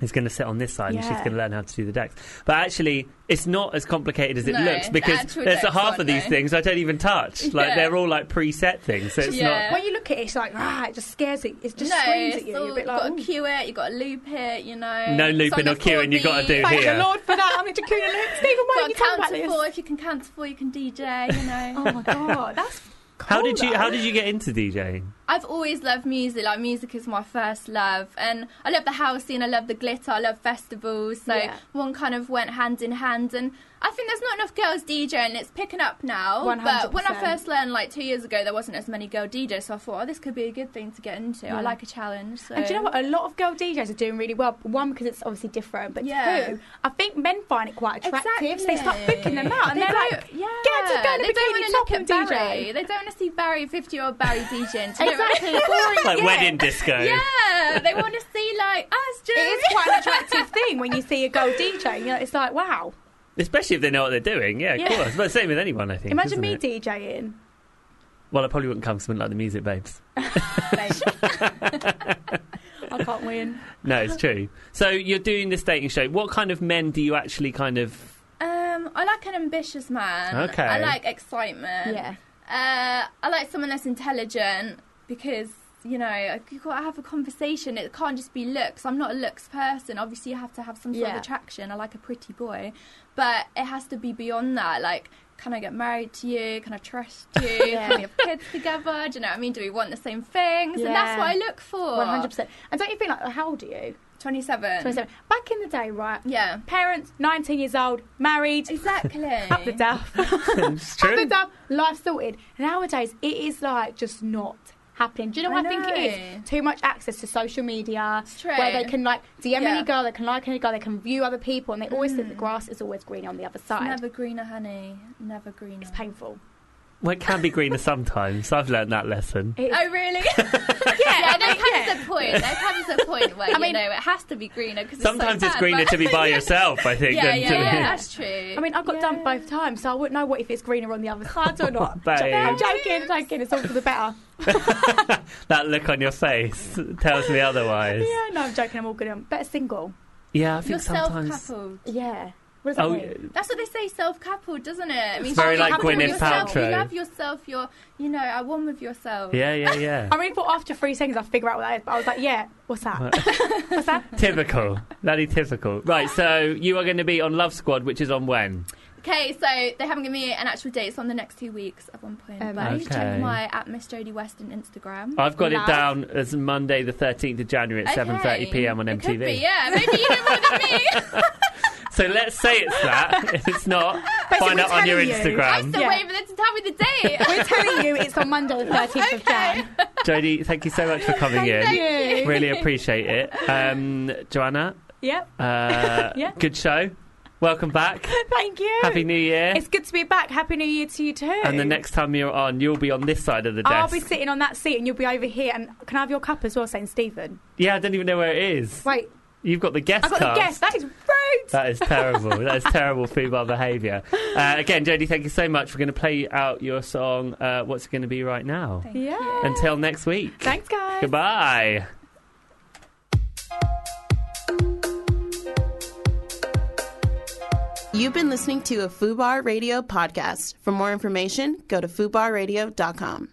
Speaker 3: is going to sit on this side and she's
Speaker 6: Yeah.
Speaker 3: going to learn how to do the decks. But actually, it's not as complicated as it
Speaker 6: No,
Speaker 3: looks
Speaker 6: the
Speaker 3: because
Speaker 6: actual
Speaker 3: there's a
Speaker 6: decks
Speaker 3: half
Speaker 6: aren't,
Speaker 3: of these
Speaker 6: no.
Speaker 3: things I don't even touch. Like
Speaker 6: Yeah.
Speaker 3: they're all like preset things, so it's not.
Speaker 4: When you look at it, it's like, ah, it just scares you. It just
Speaker 6: no,
Speaker 4: screams at
Speaker 6: it's
Speaker 4: you.
Speaker 6: all-
Speaker 4: You're a bit
Speaker 6: you've
Speaker 4: like,
Speaker 6: got to cue it, you've got to loop it, you know.
Speaker 3: No
Speaker 6: It's
Speaker 3: looping
Speaker 6: on
Speaker 3: or
Speaker 6: the
Speaker 3: queuing, you've got to do
Speaker 6: four
Speaker 4: thank
Speaker 3: here.
Speaker 4: the Lord for that. I'm into queuing and Stephen, why
Speaker 6: Got
Speaker 4: don't you talk
Speaker 6: count
Speaker 4: about
Speaker 6: to
Speaker 4: this?
Speaker 6: four. If you can count to four, you can DJ. You know.
Speaker 4: Oh my god, that's
Speaker 3: How did you How did you get into DJing?
Speaker 6: I've always loved music. Like music is my first love, and I love the house scene. I love the glitter. I love festivals. So
Speaker 4: Yeah.
Speaker 6: one kind of went hand in hand, and I think there's not enough girls DJing. It's picking up now. oh, But when I
Speaker 4: 100%.
Speaker 6: first learned, like two years ago, there wasn't as many girl DJs. So I thought, oh, this could be a good thing to get into.
Speaker 4: Yeah.
Speaker 6: I like a challenge. So.
Speaker 4: And do you know what? A lot of girl DJs are doing really well. One, because it's obviously different, but
Speaker 6: Yeah.
Speaker 4: two, I think men find it quite attractive. So they start
Speaker 6: Exactly.
Speaker 4: booking them out. And
Speaker 6: They
Speaker 4: they're
Speaker 6: don't-
Speaker 4: like,
Speaker 6: yeah.
Speaker 4: get to go in a
Speaker 6: They don't
Speaker 4: bikini
Speaker 6: wanna
Speaker 4: top
Speaker 6: look
Speaker 4: and
Speaker 6: at
Speaker 4: DJ.
Speaker 6: Barry. They don't want to see Barry, 50 year old Barry DJing. Do you know what I mean?
Speaker 4: Exactly. Boring,
Speaker 3: Like
Speaker 4: yeah.
Speaker 3: wedding disco.
Speaker 6: Yeah, they want to see like us. Do
Speaker 4: It is quite an attractive thing when you see a girl DJ. You know, it's like, wow.
Speaker 3: Especially if they know what they're doing, yeah, of
Speaker 4: Yeah.
Speaker 3: course. But same with anyone, I think. isn't
Speaker 4: Imagine me
Speaker 3: it?
Speaker 4: DJing.
Speaker 3: Well, I probably wouldn't come to something like the music, babes.
Speaker 4: I can't win.
Speaker 3: No, it's true. So you're doing this dating show. What kind of men do you actually kind of?
Speaker 6: Um, I like an ambitious man.
Speaker 3: Okay.
Speaker 6: I like excitement. Uh, I like someone that's intelligent because you know you've got to have a conversation. It can't just be looks. I'm not a looks person. Obviously, you have to have some sort
Speaker 4: Yeah.
Speaker 6: of attraction. I like a pretty boy, but it has to be beyond that. Like. Can I get married to you? Can I trust you?
Speaker 4: Yeah.
Speaker 6: Can we have kids together? Do you know what I mean? Do we want the same things? And
Speaker 4: Yeah.
Speaker 6: that's what I look for.
Speaker 4: 100%. And don't you think, like, how old are you?
Speaker 6: 27.
Speaker 4: 27. Back in the day, right?
Speaker 6: Yeah.
Speaker 4: Parents, 19 years old, married,
Speaker 6: Exactly.
Speaker 4: up the duff.
Speaker 3: it's
Speaker 4: Up
Speaker 3: true.
Speaker 4: and down, life sorted. Nowadays, it is like just not happening. Do you know
Speaker 6: I
Speaker 4: what I, think it
Speaker 6: know.
Speaker 4: is? Too much access to social media,
Speaker 6: It's true.
Speaker 4: where they can like DM
Speaker 6: Yeah. Mm.
Speaker 4: any girl, they can like any girl, they can view other people, and they always think the grass is always greener on the other side.
Speaker 6: Never greener, honey. Never greener.
Speaker 4: It's painful.
Speaker 3: Well, it can be greener sometimes. I've learned that lesson.
Speaker 4: It is.
Speaker 6: Oh really? yeah, there comes a point. There comes a point where
Speaker 4: I mean-
Speaker 6: you know it has to be greener because
Speaker 3: Sometimes it's greener to be by yourself, I think.
Speaker 6: yeah,
Speaker 3: than
Speaker 6: yeah,
Speaker 3: to
Speaker 6: yeah, that's true.
Speaker 4: I mean, I got dumped both times, so I wouldn't know what if it's greener on the other side or not.
Speaker 3: Babe.
Speaker 4: I'm joking, I'm joking. It's all for the better.
Speaker 3: That look on your face tells me otherwise.
Speaker 4: Yeah, no, I'm joking. I'm all good. I'm better single.
Speaker 3: Yeah, I
Speaker 6: you're
Speaker 3: think sometimes.
Speaker 6: self-coupled.
Speaker 4: Yeah. What does that
Speaker 3: Oh,
Speaker 4: mean?
Speaker 6: That's what they say, self-coupled, doesn't it? It means
Speaker 3: very
Speaker 6: you
Speaker 3: like
Speaker 6: love with
Speaker 3: Gwyneth
Speaker 6: yourself,
Speaker 3: Paltrow.
Speaker 6: You love yourself. You're, you know, at one with yourself.
Speaker 3: yeah, yeah, yeah.
Speaker 4: I really thought after three seconds I'd figure out what that is, but I was like, yeah, what's that? what's that?
Speaker 3: typical. Bloody typical. Right, so you are going to be on Love Squad, which is on when?
Speaker 6: Okay, so they haven't given me an actual date. It's on the next two weeks at one point.
Speaker 4: Um,
Speaker 6: but you should
Speaker 3: Okay.
Speaker 6: check my at Miss Jodie West on Instagram.
Speaker 3: I've got it
Speaker 4: Love.
Speaker 3: down as Monday, the 13th of January at
Speaker 6: Okay.
Speaker 3: 7.30 pm on
Speaker 6: It
Speaker 3: MTV.
Speaker 6: could be, yeah, maybe you know more than me.
Speaker 3: So let's say it's that. if it's not, find
Speaker 4: we're
Speaker 3: out on your
Speaker 4: telling you.
Speaker 6: I'm
Speaker 3: Instagram.
Speaker 6: still
Speaker 4: Yeah.
Speaker 6: waiting for them to tell me the date.
Speaker 4: We're telling you it's on Monday the 13th of Jan.
Speaker 3: Jodie, thank you so much for coming
Speaker 6: Thank
Speaker 3: in.
Speaker 6: you.
Speaker 3: Really appreciate it. Um, Joanna,
Speaker 4: Yep.
Speaker 3: uh,
Speaker 4: Yeah.
Speaker 3: good show. Welcome back.
Speaker 4: Thank you.
Speaker 3: Happy New Year.
Speaker 4: It's good to be back. Happy New Year to you too.
Speaker 3: And the next time you're on, you'll be on this side of the desk.
Speaker 4: I'll be sitting on that seat and you'll be over here. And can I have your cup as well, saying Stephen?
Speaker 3: yeah, I don't even know where it is.
Speaker 4: Wait,
Speaker 3: You've got the guest
Speaker 4: I've got
Speaker 3: card.
Speaker 4: the guest. That is rude.
Speaker 3: That is terrible. that is terrible female behaviour. Uh, again, Jodie, thank you so much. We're going to play out your song. Uh, what's it going to be right now?
Speaker 4: yeah.
Speaker 3: Until next week.
Speaker 4: Thanks, guys.
Speaker 3: Goodbye.
Speaker 1: You've been listening to a FUBAR Radio podcast. For more information, go to fubarradio.com.